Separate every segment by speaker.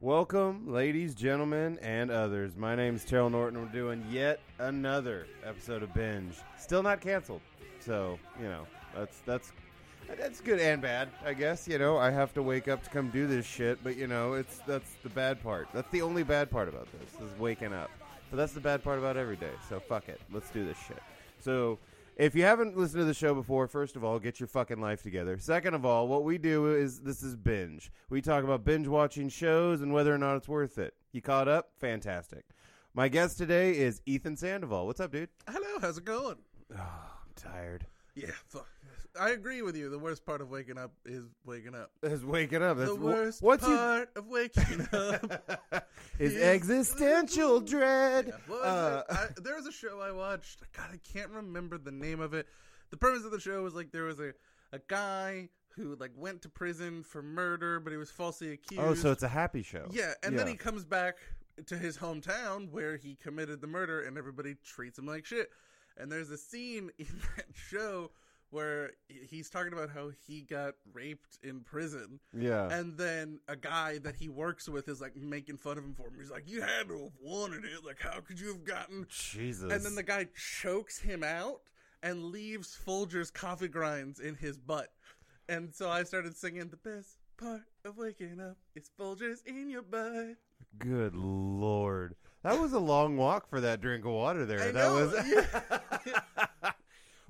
Speaker 1: Welcome, ladies, gentlemen, and others. My name is Terrell Norton. We're doing yet another episode of Binge. Still not canceled, so you know that's that's that's good and bad, I guess. You know, I have to wake up to come do this shit, but you know, it's that's the bad part. That's the only bad part about this is waking up. But that's the bad part about every day. So fuck it. Let's do this shit. So if you haven't listened to the show before, first of all, get your fucking life together. Second of all, what we do is this is binge. We talk about binge watching shows and whether or not it's worth it. You caught up? Fantastic. My guest today is Ethan Sandoval. What's up, dude?
Speaker 2: Hello, how's it going?
Speaker 1: I'm tired.
Speaker 2: Yeah, fuck. I agree with you. The worst part of waking up is waking up.
Speaker 1: It's waking up. That's
Speaker 2: the worst
Speaker 1: what's you-
Speaker 2: part of waking up.
Speaker 1: is
Speaker 2: is-
Speaker 1: existential dread.
Speaker 2: What was
Speaker 1: Uh,
Speaker 2: it? I, there was a show I watched. God, I can't remember the name of it. The premise of the show was like there was a, a guy who like went to prison for murder, but he was falsely accused.
Speaker 1: oh, so it's a happy show.
Speaker 2: yeah, and then
Speaker 1: Yeah.
Speaker 2: he comes back to his hometown where he committed the murder, and everybody treats him like shit. And there's a scene in that show where he's talking about how he got raped in prison.
Speaker 1: yeah.
Speaker 2: And then a guy that he works with is like making fun of him for him. He's like, "You had to have wanted it. Like, how could you have gotten?"
Speaker 1: Jesus.
Speaker 2: And then the guy chokes him out and leaves Folger's coffee grinds in his butt. And so I started singing, "The best part of waking up is Folger's in your butt."
Speaker 1: good lord, that was a long walk for that drink of water there.
Speaker 2: I
Speaker 1: that
Speaker 2: know,
Speaker 1: was.
Speaker 2: yeah.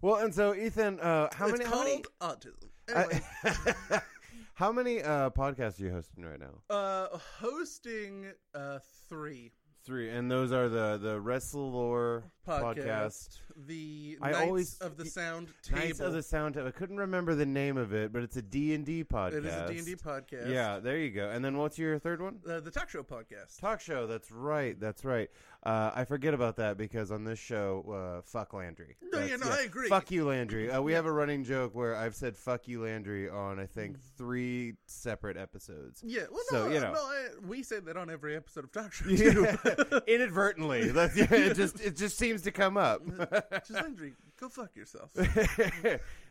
Speaker 1: well, and so Ethan, uh, how
Speaker 2: it's
Speaker 1: many? how many-
Speaker 2: called autism. Anyway,
Speaker 1: I- how many uh, podcasts are you hosting right now?
Speaker 2: uh, hosting uh, three
Speaker 1: Three, and those are the the WrestleLore
Speaker 2: podcast,
Speaker 1: podcast.
Speaker 2: the
Speaker 1: I
Speaker 2: Knights
Speaker 1: always-
Speaker 2: of the
Speaker 1: y-
Speaker 2: Sound Table.
Speaker 1: Nice of the sound. I couldn't remember the name of it, but it's a D and D podcast.
Speaker 2: It is a D&D podcast.
Speaker 1: Yeah, there you go. And then what's your third one?
Speaker 2: Uh, the talk show podcast.
Speaker 1: Talk show. That's right. That's right. Uh, I forget about that because on this show, uh, fuck Landry.
Speaker 2: No, yeah,
Speaker 1: That's-
Speaker 2: no, I agree.
Speaker 1: Fuck you, Landry. Uh, we have a running joke where I've said "fuck you, Landry" on I think
Speaker 2: Mm.
Speaker 1: three separate episodes.
Speaker 2: Yeah, well,
Speaker 1: So,
Speaker 2: no,
Speaker 1: you know.
Speaker 2: no, I, we say that on every episode of talk show. Too.
Speaker 1: Yeah. Inadvertently, that's, yeah, it just it just seems to come up.
Speaker 2: Just Landry, go fuck yourself.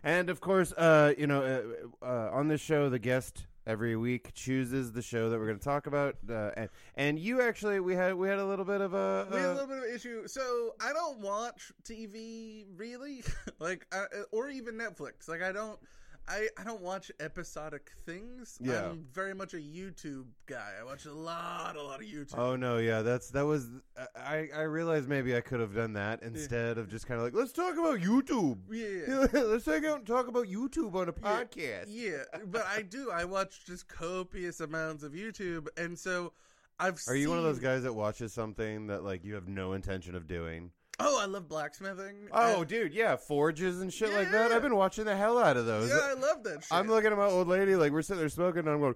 Speaker 1: and of course, uh, you know, uh, uh, on this show, the guest every week chooses the show that we're going to talk about, uh, and, and you actually we had we had a little bit of a,
Speaker 2: we had a
Speaker 1: uh,
Speaker 2: little bit of an issue. So I don't watch TV really, like, I, or even Netflix. Like, I don't. I, I don't watch episodic things.
Speaker 1: Yeah.
Speaker 2: I'm very much a YouTube guy. I watch a lot, a lot of YouTube.
Speaker 1: Oh no, yeah, that's that was. I I realized maybe I could have done that instead of just kind of like let's talk about YouTube.
Speaker 2: yeah.
Speaker 1: let's take out and talk about YouTube on a
Speaker 2: Yeah.
Speaker 1: podcast.
Speaker 2: Yeah, but I do. I watch just copious amounts of YouTube, and so I've.
Speaker 1: Are you one of those
Speaker 2: seen-
Speaker 1: guys that watches something that like you have no intention of doing?
Speaker 2: Oh, I love blacksmithing.
Speaker 1: Oh,
Speaker 2: I-
Speaker 1: dude, yeah, forges and shit like that.
Speaker 2: Yeah.
Speaker 1: I've been watching the hell out of those.
Speaker 2: yeah, I love that shit.
Speaker 1: I'm looking at my old lady, like we're sitting there smoking, and I'm going,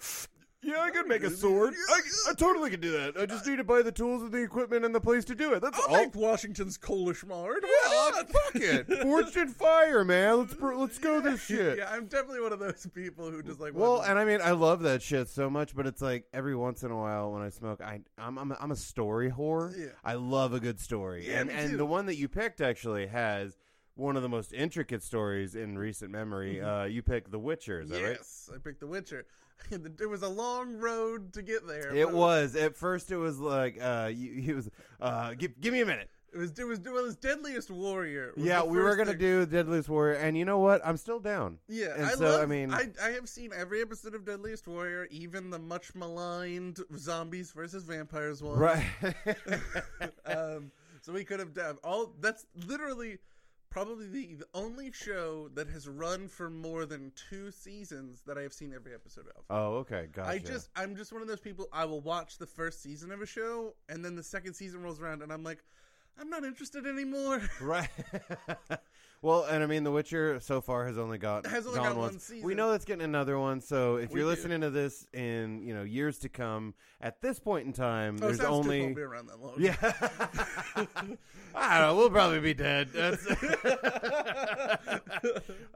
Speaker 1: "Yeah, I could make a sword. I, I totally could do that. I just need to buy the tools and the equipment and the place to do it. That's
Speaker 2: I'll
Speaker 1: all.
Speaker 2: make Washington's Polish Mart.
Speaker 1: Well, I'm fucking forged in fire, man. Let's br- let's go this shit.
Speaker 2: Yeah, I'm definitely one of those people who just like.
Speaker 1: Well,
Speaker 2: wanna-
Speaker 1: and I mean, I love that shit so much, but it's like every once in a while when I smoke, I I'm I'm a, I'm a story whore.
Speaker 2: Yeah.
Speaker 1: I love a good story,
Speaker 2: Yeah,
Speaker 1: and
Speaker 2: me
Speaker 1: and
Speaker 2: too.
Speaker 1: the one that you picked actually has one of the most intricate stories in recent memory. Uh, you picked The Witcher, is that right?
Speaker 2: Mm-hmm. yes, I picked The Witcher. it was a long road to get there.
Speaker 1: It
Speaker 2: but
Speaker 1: was at first. It was like uh, you, he was uh, give, give me a minute.
Speaker 2: It was. It was. It was Deadliest Warrior. was
Speaker 1: Yeah,
Speaker 2: the
Speaker 1: we were
Speaker 2: first
Speaker 1: gonna
Speaker 2: thing.
Speaker 1: do Deadliest Warrior, and you know what? I'm still down.
Speaker 2: Yeah,
Speaker 1: and
Speaker 2: I
Speaker 1: so
Speaker 2: love,
Speaker 1: I mean,
Speaker 2: I, I have seen every episode of Deadliest Warrior, even the much maligned zombies versus vampires one.
Speaker 1: right?
Speaker 2: um, so we could have done all. That's literally probably the, the only show that has run for more than two seasons that I have seen every episode of.
Speaker 1: oh, okay, gotcha.
Speaker 2: I just, I'm just one of those people. I will watch the first season of a show, and then the second season rolls around, and I'm like, I'm not interested anymore.
Speaker 1: Right. well, and I mean, The Witcher so far has only got
Speaker 2: Has only
Speaker 1: gone
Speaker 2: got one
Speaker 1: once. We
Speaker 2: season.
Speaker 1: know that's getting another one. So if
Speaker 2: We
Speaker 1: you're
Speaker 2: do.
Speaker 1: listening to this in you know years to come, at this point in time,
Speaker 2: Oh,
Speaker 1: there's
Speaker 2: Sounds Tube
Speaker 1: only
Speaker 2: won't be around that long.
Speaker 1: yeah. I don't know. We'll probably be dead. That's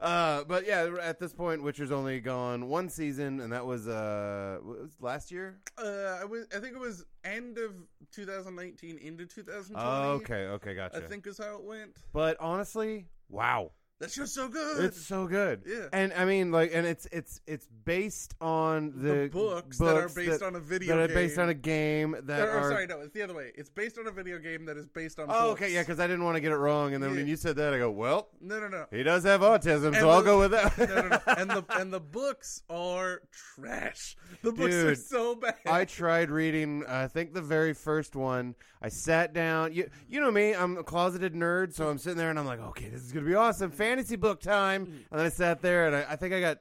Speaker 1: uh, but yeah, at this point, Witcher's only gone one season, and that was uh what was it, last year.
Speaker 2: Uh, I was, I think it was end of 2019 into 2020.
Speaker 1: Oh, okay, okay, gotcha.
Speaker 2: I think is how it went.
Speaker 1: But honestly, wow,
Speaker 2: That show's so good.
Speaker 1: It's so good.
Speaker 2: Yeah.
Speaker 1: And I mean, like, and it's it's it's based on
Speaker 2: the,
Speaker 1: the,
Speaker 2: books, that are
Speaker 1: books
Speaker 2: based
Speaker 1: that-
Speaker 2: on a video
Speaker 1: that
Speaker 2: game.
Speaker 1: are based on a game that
Speaker 2: Or- or
Speaker 1: are.
Speaker 2: sorry, no, it's the other way. It's based on a video game that is based on.
Speaker 1: oh,
Speaker 2: books.
Speaker 1: okay, yeah, because I didn't want to get it wrong, and then
Speaker 2: Yeah.
Speaker 1: when you said that, I go, well,
Speaker 2: no, no, no.
Speaker 1: he does have autism, so
Speaker 2: And
Speaker 1: I'll
Speaker 2: the-
Speaker 1: go with that.
Speaker 2: no, no, no. And the and the books are trash. The books are
Speaker 1: Dude,
Speaker 2: so bad.
Speaker 1: I tried reading. I think the very first one. I sat down. You, you know me. I'm a closeted nerd, so I'm sitting there and I'm like, okay, this is gonna be awesome, fantasy book time.
Speaker 2: Hmm.
Speaker 1: And then I sat there and I, I think I got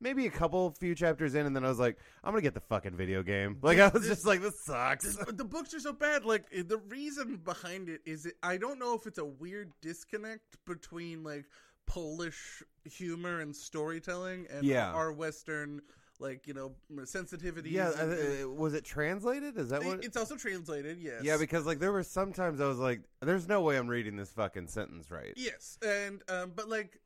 Speaker 1: maybe a couple few chapters in, and then I was like, I'm gonna get the fucking video game. Like I was just like, this sucks.
Speaker 2: But the books are so bad. Like eh, the reason behind it is it, I don't know if it's a weird disconnect between like Polish humor and storytelling and
Speaker 1: Yeah.
Speaker 2: our Western like you know sensitivities.
Speaker 1: Yeah,
Speaker 2: and-
Speaker 1: I- uh, was it translated? Is that
Speaker 2: It-
Speaker 1: what?
Speaker 2: it's also translated. Yes.
Speaker 1: Yeah, because like there were sometimes I was like, there's no way I'm reading this fucking sentence right.
Speaker 2: yes, and um, but like.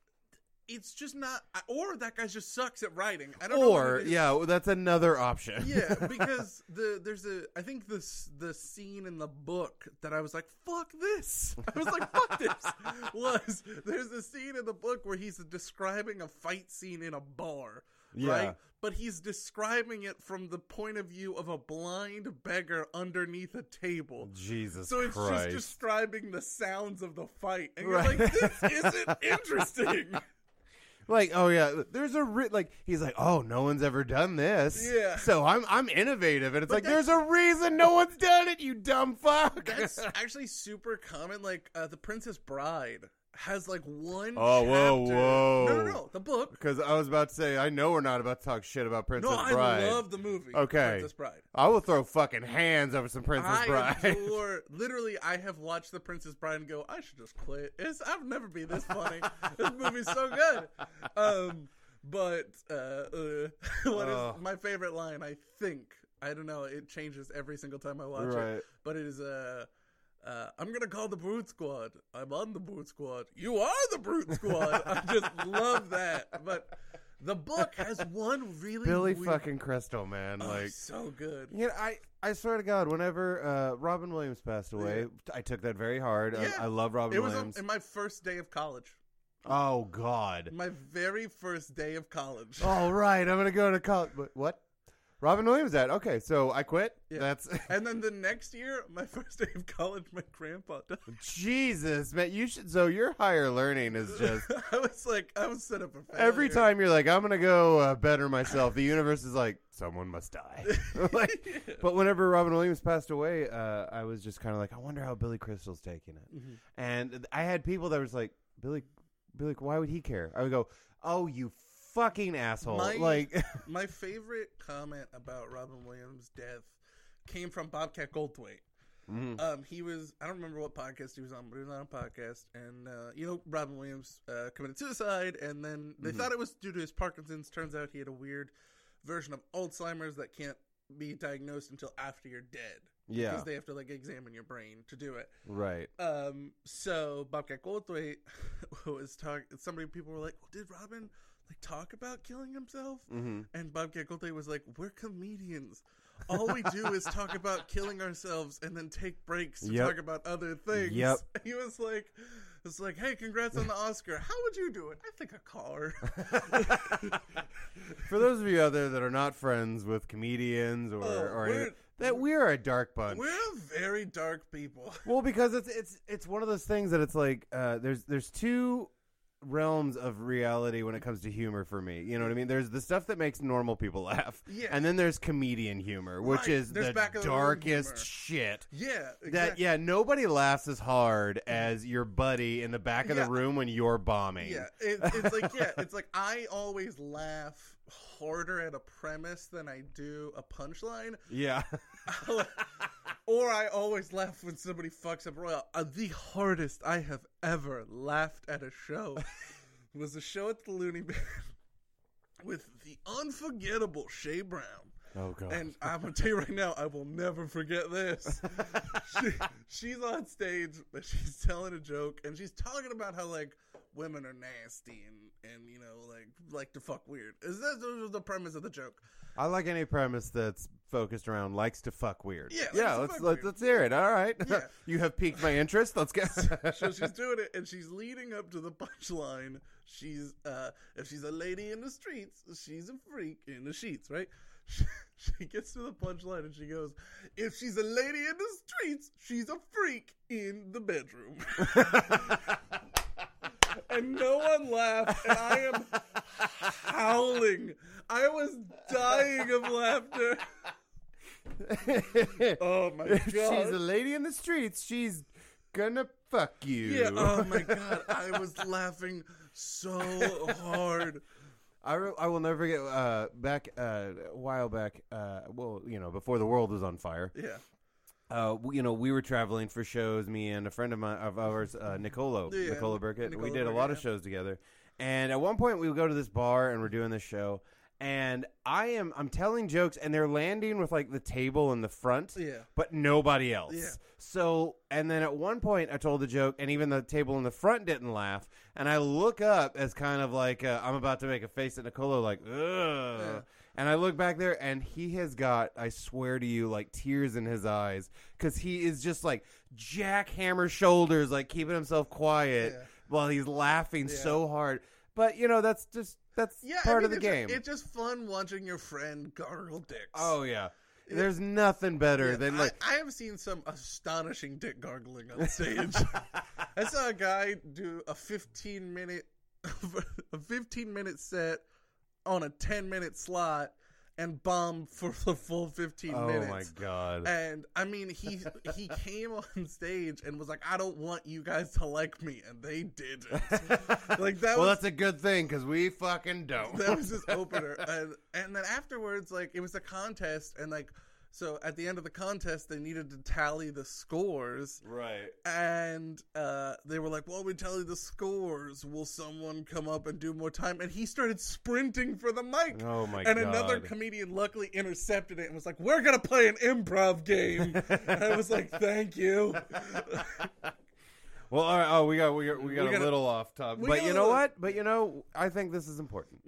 Speaker 2: It's just not, or that guy just sucks at writing. I don't know. what
Speaker 1: Or
Speaker 2: it is.
Speaker 1: yeah, well, that's another option.
Speaker 2: yeah, because the there's a I think this the scene in the book that I was like fuck this I was like fuck this was there's a scene in the book where he's describing a fight scene in a bar
Speaker 1: Yeah.
Speaker 2: right but he's describing it from the point of view of a blind beggar underneath a table
Speaker 1: Jesus
Speaker 2: so it's
Speaker 1: Christ.
Speaker 2: just describing the sounds of the fight and
Speaker 1: Right.
Speaker 2: you're like this isn't interesting
Speaker 1: Like, oh yeah, there's a re- like he's like, oh, no one's ever done this.
Speaker 2: Yeah.
Speaker 1: So I'm I'm innovative, and it's like
Speaker 2: But
Speaker 1: there's a reason no one's done it. You dumb fuck.
Speaker 2: That's actually super common. Like uh, the Princess Bride has like one.
Speaker 1: Oh, whoa,
Speaker 2: chapter-
Speaker 1: whoa.
Speaker 2: No, no, no. The book.
Speaker 1: Because I was about to say, I know we're not about to talk shit about Princess
Speaker 2: No,
Speaker 1: Bride.
Speaker 2: I love the movie.
Speaker 1: Okay.
Speaker 2: Princess Bride.
Speaker 1: I will throw fucking hands over some Princess
Speaker 2: I
Speaker 1: Bride.
Speaker 2: adore. Literally, I have watched the Princess Bride and go, I should just quit. It's, I've never been this funny. this movie's so good. Um, but uh, uh, what is
Speaker 1: Oh.
Speaker 2: my favorite line? I think I don't know. It changes every single time I watch
Speaker 1: Right.
Speaker 2: it. But it is Uh, uh, I'm gonna call the Brute Squad. I'm on the Brute Squad. You are the Brute Squad. I just love that. But the book has one really
Speaker 1: Billy
Speaker 2: weird-
Speaker 1: fucking Crystal, man.
Speaker 2: Oh,
Speaker 1: like,
Speaker 2: so good.
Speaker 1: Yeah, I, I swear to God, whenever uh, Robin Williams passed away, I took that very hard.
Speaker 2: Yeah.
Speaker 1: I, I love Robin
Speaker 2: It was on,
Speaker 1: Williams.
Speaker 2: in my first day of college.
Speaker 1: oh God.
Speaker 2: My very first day of college.
Speaker 1: All right, I'm gonna go to college. But what? Robin Williams at okay, so I quit.
Speaker 2: Yeah.
Speaker 1: That's
Speaker 2: And then the next year, my first day of college, my grandpa died.
Speaker 1: Jesus, man. You should. So your higher learning is just
Speaker 2: I was like, I was set up for failure.
Speaker 1: every time you're like, I'm gonna go uh, better myself. The universe is like, someone must die. like, but whenever Robin Williams passed away, uh, I was just kind of like, I wonder how Billy Crystal's taking it.
Speaker 2: Mm-hmm.
Speaker 1: And I had people that was like, Billy, Billy, why would he care? I would go, Oh, you fucking asshole!
Speaker 2: My-
Speaker 1: like,
Speaker 2: My favorite comment about Robin Williams' death came from Bobcat Goldthwait.
Speaker 1: Mhm.
Speaker 2: Um, he was, I don't remember what podcast he was on, but he was on a podcast. And, uh, you know, Robin Williams uh, committed suicide. And then they
Speaker 1: Mm-hmm.
Speaker 2: thought it was due to his Parkinson's. Turns out he had a weird version of Alzheimer's that can't be diagnosed until after you're dead.
Speaker 1: yeah,
Speaker 2: Because they have to, like, examine your brain to do it.
Speaker 1: right.
Speaker 2: Um, so Bobcat Goldthwait was talking. Somebody, people were like, "Did Robin like talk about killing himself?"
Speaker 1: hmm
Speaker 2: And Bobcat Goldthwait was like, "We're comedians. All we do is talk about killing ourselves and then take breaks to
Speaker 1: Yep.
Speaker 2: talk about other things."
Speaker 1: Yep.
Speaker 2: He was like, "It's like, hey, congrats on the Oscar. How would you do it? I think a car."
Speaker 1: For those of you out there that are not friends with comedians or,
Speaker 2: Oh,
Speaker 1: or
Speaker 2: we're-
Speaker 1: anything, that we are a dark bunch.
Speaker 2: we're a very dark people.
Speaker 1: well, because it's it's it's one of those things that it's like uh, there's there's two realms of reality when it comes to humor for me. You know what I mean? There's the stuff that makes normal people laugh,
Speaker 2: Yeah.
Speaker 1: and then there's comedian humor, which
Speaker 2: Right.
Speaker 1: is
Speaker 2: There's
Speaker 1: the
Speaker 2: back of the room
Speaker 1: darkest
Speaker 2: humor.
Speaker 1: shit.
Speaker 2: Yeah. Exactly.
Speaker 1: That yeah, nobody laughs as hard as your buddy in the back of
Speaker 2: Yeah.
Speaker 1: the room when you're bombing.
Speaker 2: Yeah, it, it's like yeah, it's like I always laugh harder at a premise than I do a punchline,
Speaker 1: yeah.
Speaker 2: or I always laugh when somebody fucks up royal. Uh, the hardest I have ever laughed at a show was a show at the Looney Bin with the unforgettable Shea Brown.
Speaker 1: oh god.
Speaker 2: And I'm gonna tell you right now, I will never forget this. she, she's on stage, but she's telling a joke, and she's talking about how like women are nasty and and you know like like to fuck weird. Is that that was the premise of the joke?
Speaker 1: I like any premise that's focused around likes to fuck weird.
Speaker 2: Yeah, likes
Speaker 1: yeah.
Speaker 2: to
Speaker 1: Let's let's,
Speaker 2: fuck weird.
Speaker 1: let's hear it. All right.
Speaker 2: Yeah.
Speaker 1: you have piqued my interest. Let's get.
Speaker 2: so she's doing it and she's leading up to the punchline. She's uh if she's a lady in the streets, she's a freak in the sheets, right? She, she gets to the punchline and she goes, "If she's a lady in the streets, she's a freak in the bedroom." and no one laughed, and I am howling. I was dying of laughter. Oh my god.
Speaker 1: If she's a lady in the streets, she's gonna fuck you.
Speaker 2: Yeah. Oh my god, I was laughing so hard.
Speaker 1: I, re- I will never forget uh, back uh, a while back. Uh, well, you know, before the world was on fire.
Speaker 2: Yeah.
Speaker 1: Uh, we, you know, we were traveling for shows. Me and a friend of mine of ours, uh, Nicolo,
Speaker 2: Yeah,
Speaker 1: Nicola Burkett. we
Speaker 2: Nicola
Speaker 1: did a
Speaker 2: Burkett,
Speaker 1: lot of
Speaker 2: yeah.
Speaker 1: shows together. And at one point, we would go to this bar and we're doing this show. And I am I'm telling jokes, and they're landing with like the table in the front,
Speaker 2: Yeah.
Speaker 1: but nobody else.
Speaker 2: Yeah.
Speaker 1: So, and then at one point, I told the joke, and even the table in the front didn't laugh. And I look up as kind of like uh, I'm about to make a face at Nicolo, like ugh.
Speaker 2: Yeah.
Speaker 1: And I look back there, and he has got, I swear to you, like tears in his eyes because he is just like jackhammer shoulders, like keeping himself quiet
Speaker 2: Yeah.
Speaker 1: while he's laughing
Speaker 2: Yeah.
Speaker 1: so hard. But you know, that's just that's
Speaker 2: Yeah. I
Speaker 1: part of
Speaker 2: mean,
Speaker 1: the
Speaker 2: it's-
Speaker 1: game.
Speaker 2: it's just fun watching your friend gargle dicks.
Speaker 1: oh yeah, there's nothing better
Speaker 2: Yeah,
Speaker 1: than like
Speaker 2: I, I have seen some astonishing dick gargling on stage. I saw a guy do a 15 minute a 15 minute set on a 10 minute slot and bomb for the full 15
Speaker 1: oh
Speaker 2: minutes.
Speaker 1: my god.
Speaker 2: And I mean, he he came on stage and was like, "I don't want you guys to like me," and they didn't. like that
Speaker 1: well,
Speaker 2: was
Speaker 1: that's a good thing because we fucking don't.
Speaker 2: that was his opener, and and then afterwards, like it was a contest, and like so at the end of the contest, they needed to tally the scores,
Speaker 1: right.
Speaker 2: and uh, they were like, "Well, we tally the scores. Will someone come up and do more time?" And he started sprinting for the mic.
Speaker 1: Oh my god.
Speaker 2: and another comedian luckily intercepted it and was like, "We're gonna play an improv game." and I was like, "Thank you."
Speaker 1: Well, all right. Oh, we got we got, we got
Speaker 2: We
Speaker 1: a
Speaker 2: got a-
Speaker 1: little off topic,
Speaker 2: we
Speaker 1: but
Speaker 2: got
Speaker 1: you
Speaker 2: a
Speaker 1: know
Speaker 2: little-
Speaker 1: what? But you know, I think this is important.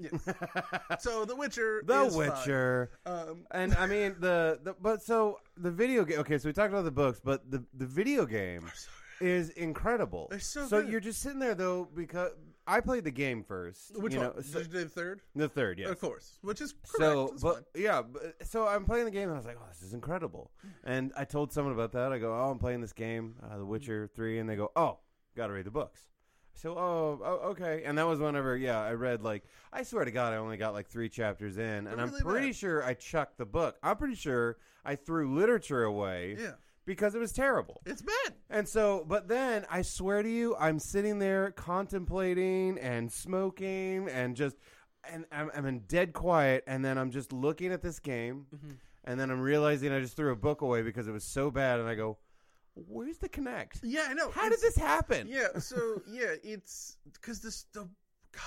Speaker 2: So The Witcher.
Speaker 1: The
Speaker 2: is fine.
Speaker 1: Witcher,
Speaker 2: Um,
Speaker 1: and I mean the, the but so the video game. Okay, so we talked about the books, but the the video game is incredible.
Speaker 2: They're so good.
Speaker 1: you're just sitting there though because I played the game first.
Speaker 2: which
Speaker 1: you
Speaker 2: one?
Speaker 1: Know, so-
Speaker 2: Did you do third?
Speaker 1: the third, yes.
Speaker 2: Of course. Which is correct.
Speaker 1: So,
Speaker 2: That's
Speaker 1: but
Speaker 2: fine.
Speaker 1: yeah, but, so I'm playing the game and I was like, "Oh, this is incredible!" And I told someone about that. I go, "Oh, I'm playing this game, uh, The Witcher Three," and they go, "Oh, gotta read the books." So, oh, oh, okay. And that was whenever, yeah, I read like I swear to God, I only got like three chapters in, and I'm
Speaker 2: really
Speaker 1: pretty
Speaker 2: bad.
Speaker 1: sure I chucked the book. I'm pretty sure I threw literature away
Speaker 2: Yeah.
Speaker 1: because it was terrible.
Speaker 2: it's bad.
Speaker 1: And so, but then I swear to you, I'm sitting there contemplating and smoking and just, and I'm, I'm in dead quiet. And then I'm just looking at this game.
Speaker 2: Mm-hmm.
Speaker 1: And then I'm realizing I just threw a book away because it was so bad. And I go, where's the connect?
Speaker 2: Yeah, I know.
Speaker 1: How did
Speaker 2: It's-
Speaker 1: this happen?
Speaker 2: Yeah. So yeah, it's because this the God.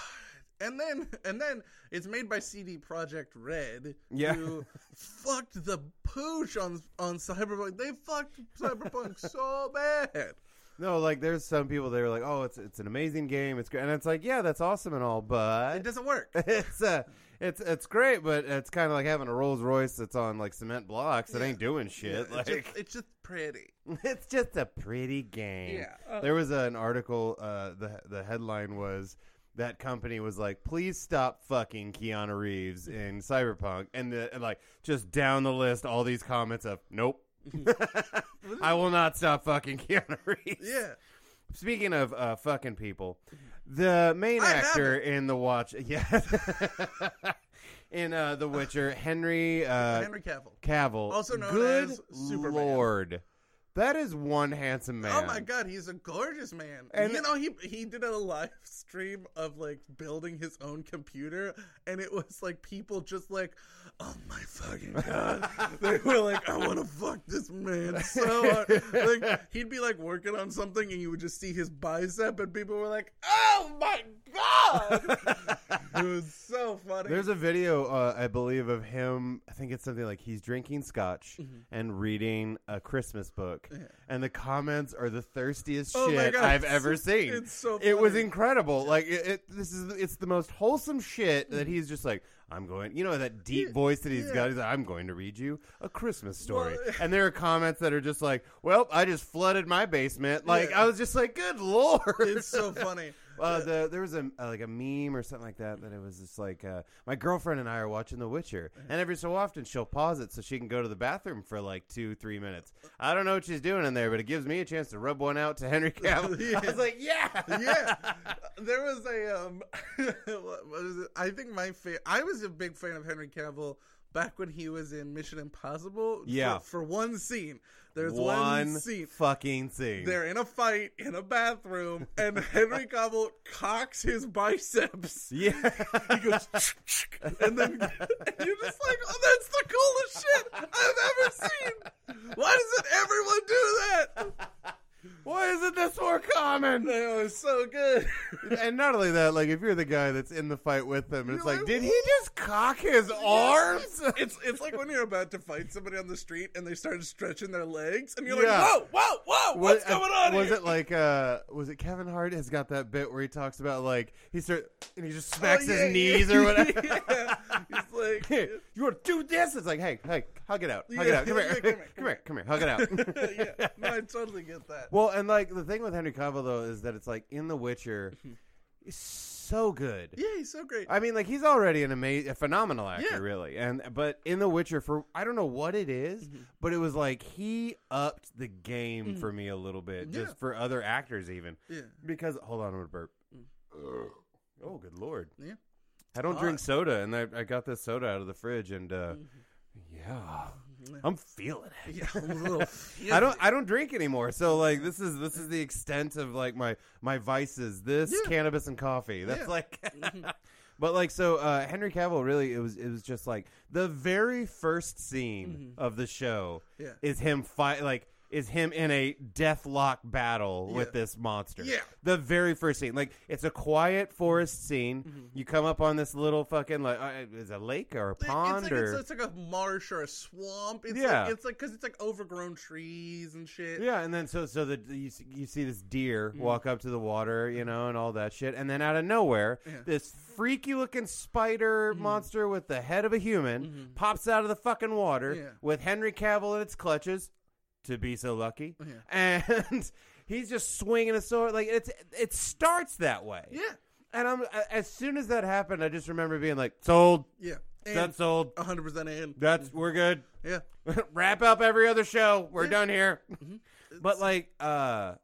Speaker 2: And then and then it's made by CD Project Red.
Speaker 1: Yeah.
Speaker 2: Who fucked the pooch on on Cyberpunk? They fucked Cyberpunk so bad.
Speaker 1: No, like there's some people they were like, oh, it's it's an amazing game. It's great. And it's like, yeah, that's awesome and all,
Speaker 2: It
Speaker 1: but
Speaker 2: doesn't work.
Speaker 1: it's uh, it's it's great, but it's kind of like having a Rolls Royce that's on like cement blocks that
Speaker 2: Yeah.
Speaker 1: ain't doing shit.
Speaker 2: Yeah,
Speaker 1: like
Speaker 2: it's, just, it's just pretty.
Speaker 1: It's just a pretty game.
Speaker 2: Yeah, uh-
Speaker 1: there was an article. Uh, the the headline was that company was like, "Please stop fucking Keanu Reeves in Cyberpunk," and, the, and like just down the list, all these comments of, "Nope,
Speaker 2: Mm-hmm.
Speaker 1: I will not stop fucking Keanu Reeves."
Speaker 2: Yeah.
Speaker 1: Speaking of uh, fucking people, the main
Speaker 2: I have
Speaker 1: actor in The Watch, yeah, in uh, The Witcher, Henry uh,
Speaker 2: Henry Cavill.
Speaker 1: Cavill,
Speaker 2: Also known
Speaker 1: good
Speaker 2: as Superman.
Speaker 1: Lord, that is one handsome man.
Speaker 2: Oh my god, he's a gorgeous man.
Speaker 1: And-
Speaker 2: you know, he he did a live stream of like building his own computer and it was like people just like, Oh my fucking god. they were like, I wanna fuck this man so hard. Like he'd be like working on something and you would just see his bicep and people were like, Oh my God! it was so funny.
Speaker 1: There's a video, uh, I believe, of him. I think it's something like he's drinking scotch
Speaker 2: Mhm.
Speaker 1: and reading a Christmas book,
Speaker 2: Yeah.
Speaker 1: and the comments are the thirstiest
Speaker 2: Oh my
Speaker 1: shit
Speaker 2: God,
Speaker 1: I've
Speaker 2: it's
Speaker 1: ever
Speaker 2: so-
Speaker 1: seen.
Speaker 2: it's so
Speaker 1: It was
Speaker 2: funny.
Speaker 1: incredible. Like it, it, this is it's the most wholesome shit that he's just like. I'm going, you know, that deep
Speaker 2: Mm-hmm. Yeah,
Speaker 1: voice that he's
Speaker 2: yeah.
Speaker 1: got. He's like, I'm going to read you a Christmas story.
Speaker 2: Well-
Speaker 1: and there are comments that are just like, well, I just flooded my basement. Like,
Speaker 2: Yeah.
Speaker 1: I was just like, good lord.
Speaker 2: It's so funny.
Speaker 1: Uh, the, there was a, uh, like a meme or something like that that it was just like uh, my girlfriend and I are watching The Witcher, and every so often she'll pause it so she can go to the bathroom for like two three minutes. I don't know what she's doing in there, but it gives me a chance to rub one out to Henry Cavill. I was like, yeah,
Speaker 2: yeah, there was a um, what was it? I think my fa- I was a big fan of Henry Cavill back when he was in Mission Impossible.
Speaker 1: Yeah.
Speaker 2: for, for one scene, there's one,
Speaker 1: one,
Speaker 2: scene.
Speaker 1: fucking scene.
Speaker 2: They're in a fight in a bathroom, and Henry Cavill cocks his biceps.
Speaker 1: yeah,
Speaker 2: He goes, and then and you're just like, oh, that's the coolest shit I've ever seen. Why doesn't everyone do that?
Speaker 1: why isn't this more common?
Speaker 2: That was so good.
Speaker 1: and not only that, like if you're the guy that's in the fight with them, it's
Speaker 2: You're
Speaker 1: like,
Speaker 2: like,
Speaker 1: did he just cock his arms?
Speaker 2: It's it's like when you're about to fight somebody on the street and they start stretching their legs and you're
Speaker 1: Yeah.
Speaker 2: like, whoa, whoa,
Speaker 1: What-
Speaker 2: whoa,
Speaker 1: uh,
Speaker 2: what's going on
Speaker 1: Was
Speaker 2: here?
Speaker 1: it like uh was it Kevin Hart has got that bit where he talks about like he start and he just smacks
Speaker 2: Oh, yeah,
Speaker 1: his knees
Speaker 2: yeah.
Speaker 1: or whatever.
Speaker 2: yeah. It's
Speaker 1: Hey,
Speaker 2: like
Speaker 1: you want to do this? It's like, hey, hey, hug it out, hug it
Speaker 2: Yeah,
Speaker 1: out. Come here,
Speaker 2: yeah,
Speaker 1: come here, come here, hug it out.
Speaker 2: yeah, no, I totally get that.
Speaker 1: well, and like the thing with Henry Cavill though is that it's like in The Witcher, he's so good.
Speaker 2: Yeah, he's so great.
Speaker 1: I mean, like he's already an amazing, a phenomenal actor,
Speaker 2: Yeah.
Speaker 1: really. And but in The Witcher, for I don't know what it is,
Speaker 2: Mm-hmm.
Speaker 1: but it was like he upped the game for me a little bit,
Speaker 2: Mm. Yeah.
Speaker 1: just for other actors, even
Speaker 2: yeah,
Speaker 1: because hold on, I'm gonna burp.
Speaker 2: Mm.
Speaker 1: Oh, good lord!
Speaker 2: yeah.
Speaker 1: I don't
Speaker 2: Hot.
Speaker 1: drink soda, and I, I got this soda out of the fridge, and uh,
Speaker 2: Mm-hmm.
Speaker 1: yeah, I'm feeling it.
Speaker 2: Yeah, I'm a little-
Speaker 1: I don't. I don't drink anymore. So like, this is this is the extent of like my my vices. This
Speaker 2: Yeah.
Speaker 1: cannabis and coffee. That's
Speaker 2: Yeah. Mm-hmm.
Speaker 1: like. But like so, uh, Henry Cavill really it was it was just like the very first scene of the show
Speaker 2: Mm-hmm. Yeah.
Speaker 1: is him fight like is him in a deathlock battle with
Speaker 2: Yeah.
Speaker 1: this monster.
Speaker 2: Yeah.
Speaker 1: the very first scene, like it's a quiet forest scene. You come up on this little fucking like uh, is a lake or a
Speaker 2: It's
Speaker 1: pond
Speaker 2: Mm-hmm. like,
Speaker 1: or
Speaker 2: it's, it's like a marsh or a swamp. It's
Speaker 1: Yeah.
Speaker 2: like, it's like because it's like overgrown trees and shit.
Speaker 1: Yeah, and then so so the you see, you see this deer
Speaker 2: Mm-hmm.
Speaker 1: walk up to the water, you know, and all that shit, and then out of nowhere,
Speaker 2: Yeah. Mm-hmm.
Speaker 1: this freaky looking spider monster with the head of a human pops out of the fucking water
Speaker 2: Yeah.
Speaker 1: with Henry Cavill in its clutches. To be so lucky,
Speaker 2: Oh,
Speaker 1: and he's just swinging a sword like it's it starts that way.
Speaker 2: yeah,
Speaker 1: and I'm as soon as that happened, I just remember being like, "Sold,
Speaker 2: yeah. And
Speaker 1: that's sold,
Speaker 2: hundred percent in.
Speaker 1: that's we're good."
Speaker 2: Yeah,
Speaker 1: wrap up every other show. We're done here. But like, uh,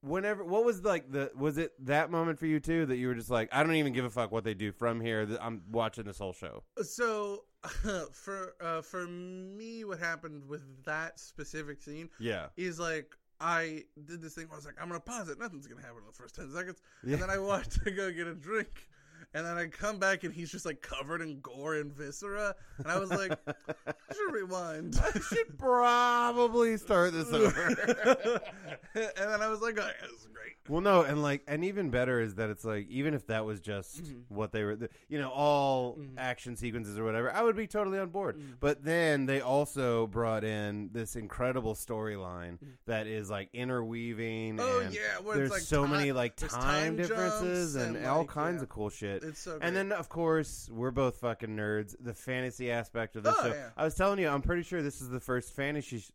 Speaker 1: whenever what was like the was it that moment for you too that you were just like, I don't even give a fuck what they do from here. Th- I'm watching this whole show.
Speaker 2: So for uh, for me, what happened with that specific scene
Speaker 1: Yeah,
Speaker 2: is like I did this thing where I was like, I'm gonna pause it. Nothing's gonna happen in the first ten seconds.
Speaker 1: Yeah.
Speaker 2: And then I walked to go get a drink, and then I come back and he's just like covered in gore and viscera, and I was like, I should rewind.
Speaker 1: I should probably start this over.
Speaker 2: and then I was like, oh, yeah, this is great.
Speaker 1: well, no, and like, and even better is that it's like, even if that was just what they were, the, you know, all action sequences or whatever, I would be totally on board. But then they also brought in this incredible storyline that is like interweaving.
Speaker 2: Oh
Speaker 1: and
Speaker 2: yeah, where
Speaker 1: there's
Speaker 2: it's like
Speaker 1: so
Speaker 2: ti-
Speaker 1: many like time,
Speaker 2: there's time
Speaker 1: differences
Speaker 2: jumps
Speaker 1: and,
Speaker 2: and,
Speaker 1: all
Speaker 2: like,
Speaker 1: kinds
Speaker 2: yeah.
Speaker 1: of cool shit.
Speaker 2: It's so
Speaker 1: And
Speaker 2: great.
Speaker 1: then of course we're both fucking nerds. The fantasy aspect of this.
Speaker 2: Oh,
Speaker 1: show.
Speaker 2: yeah.
Speaker 1: I was telling you, I'm pretty sure this is the first fantasy sh-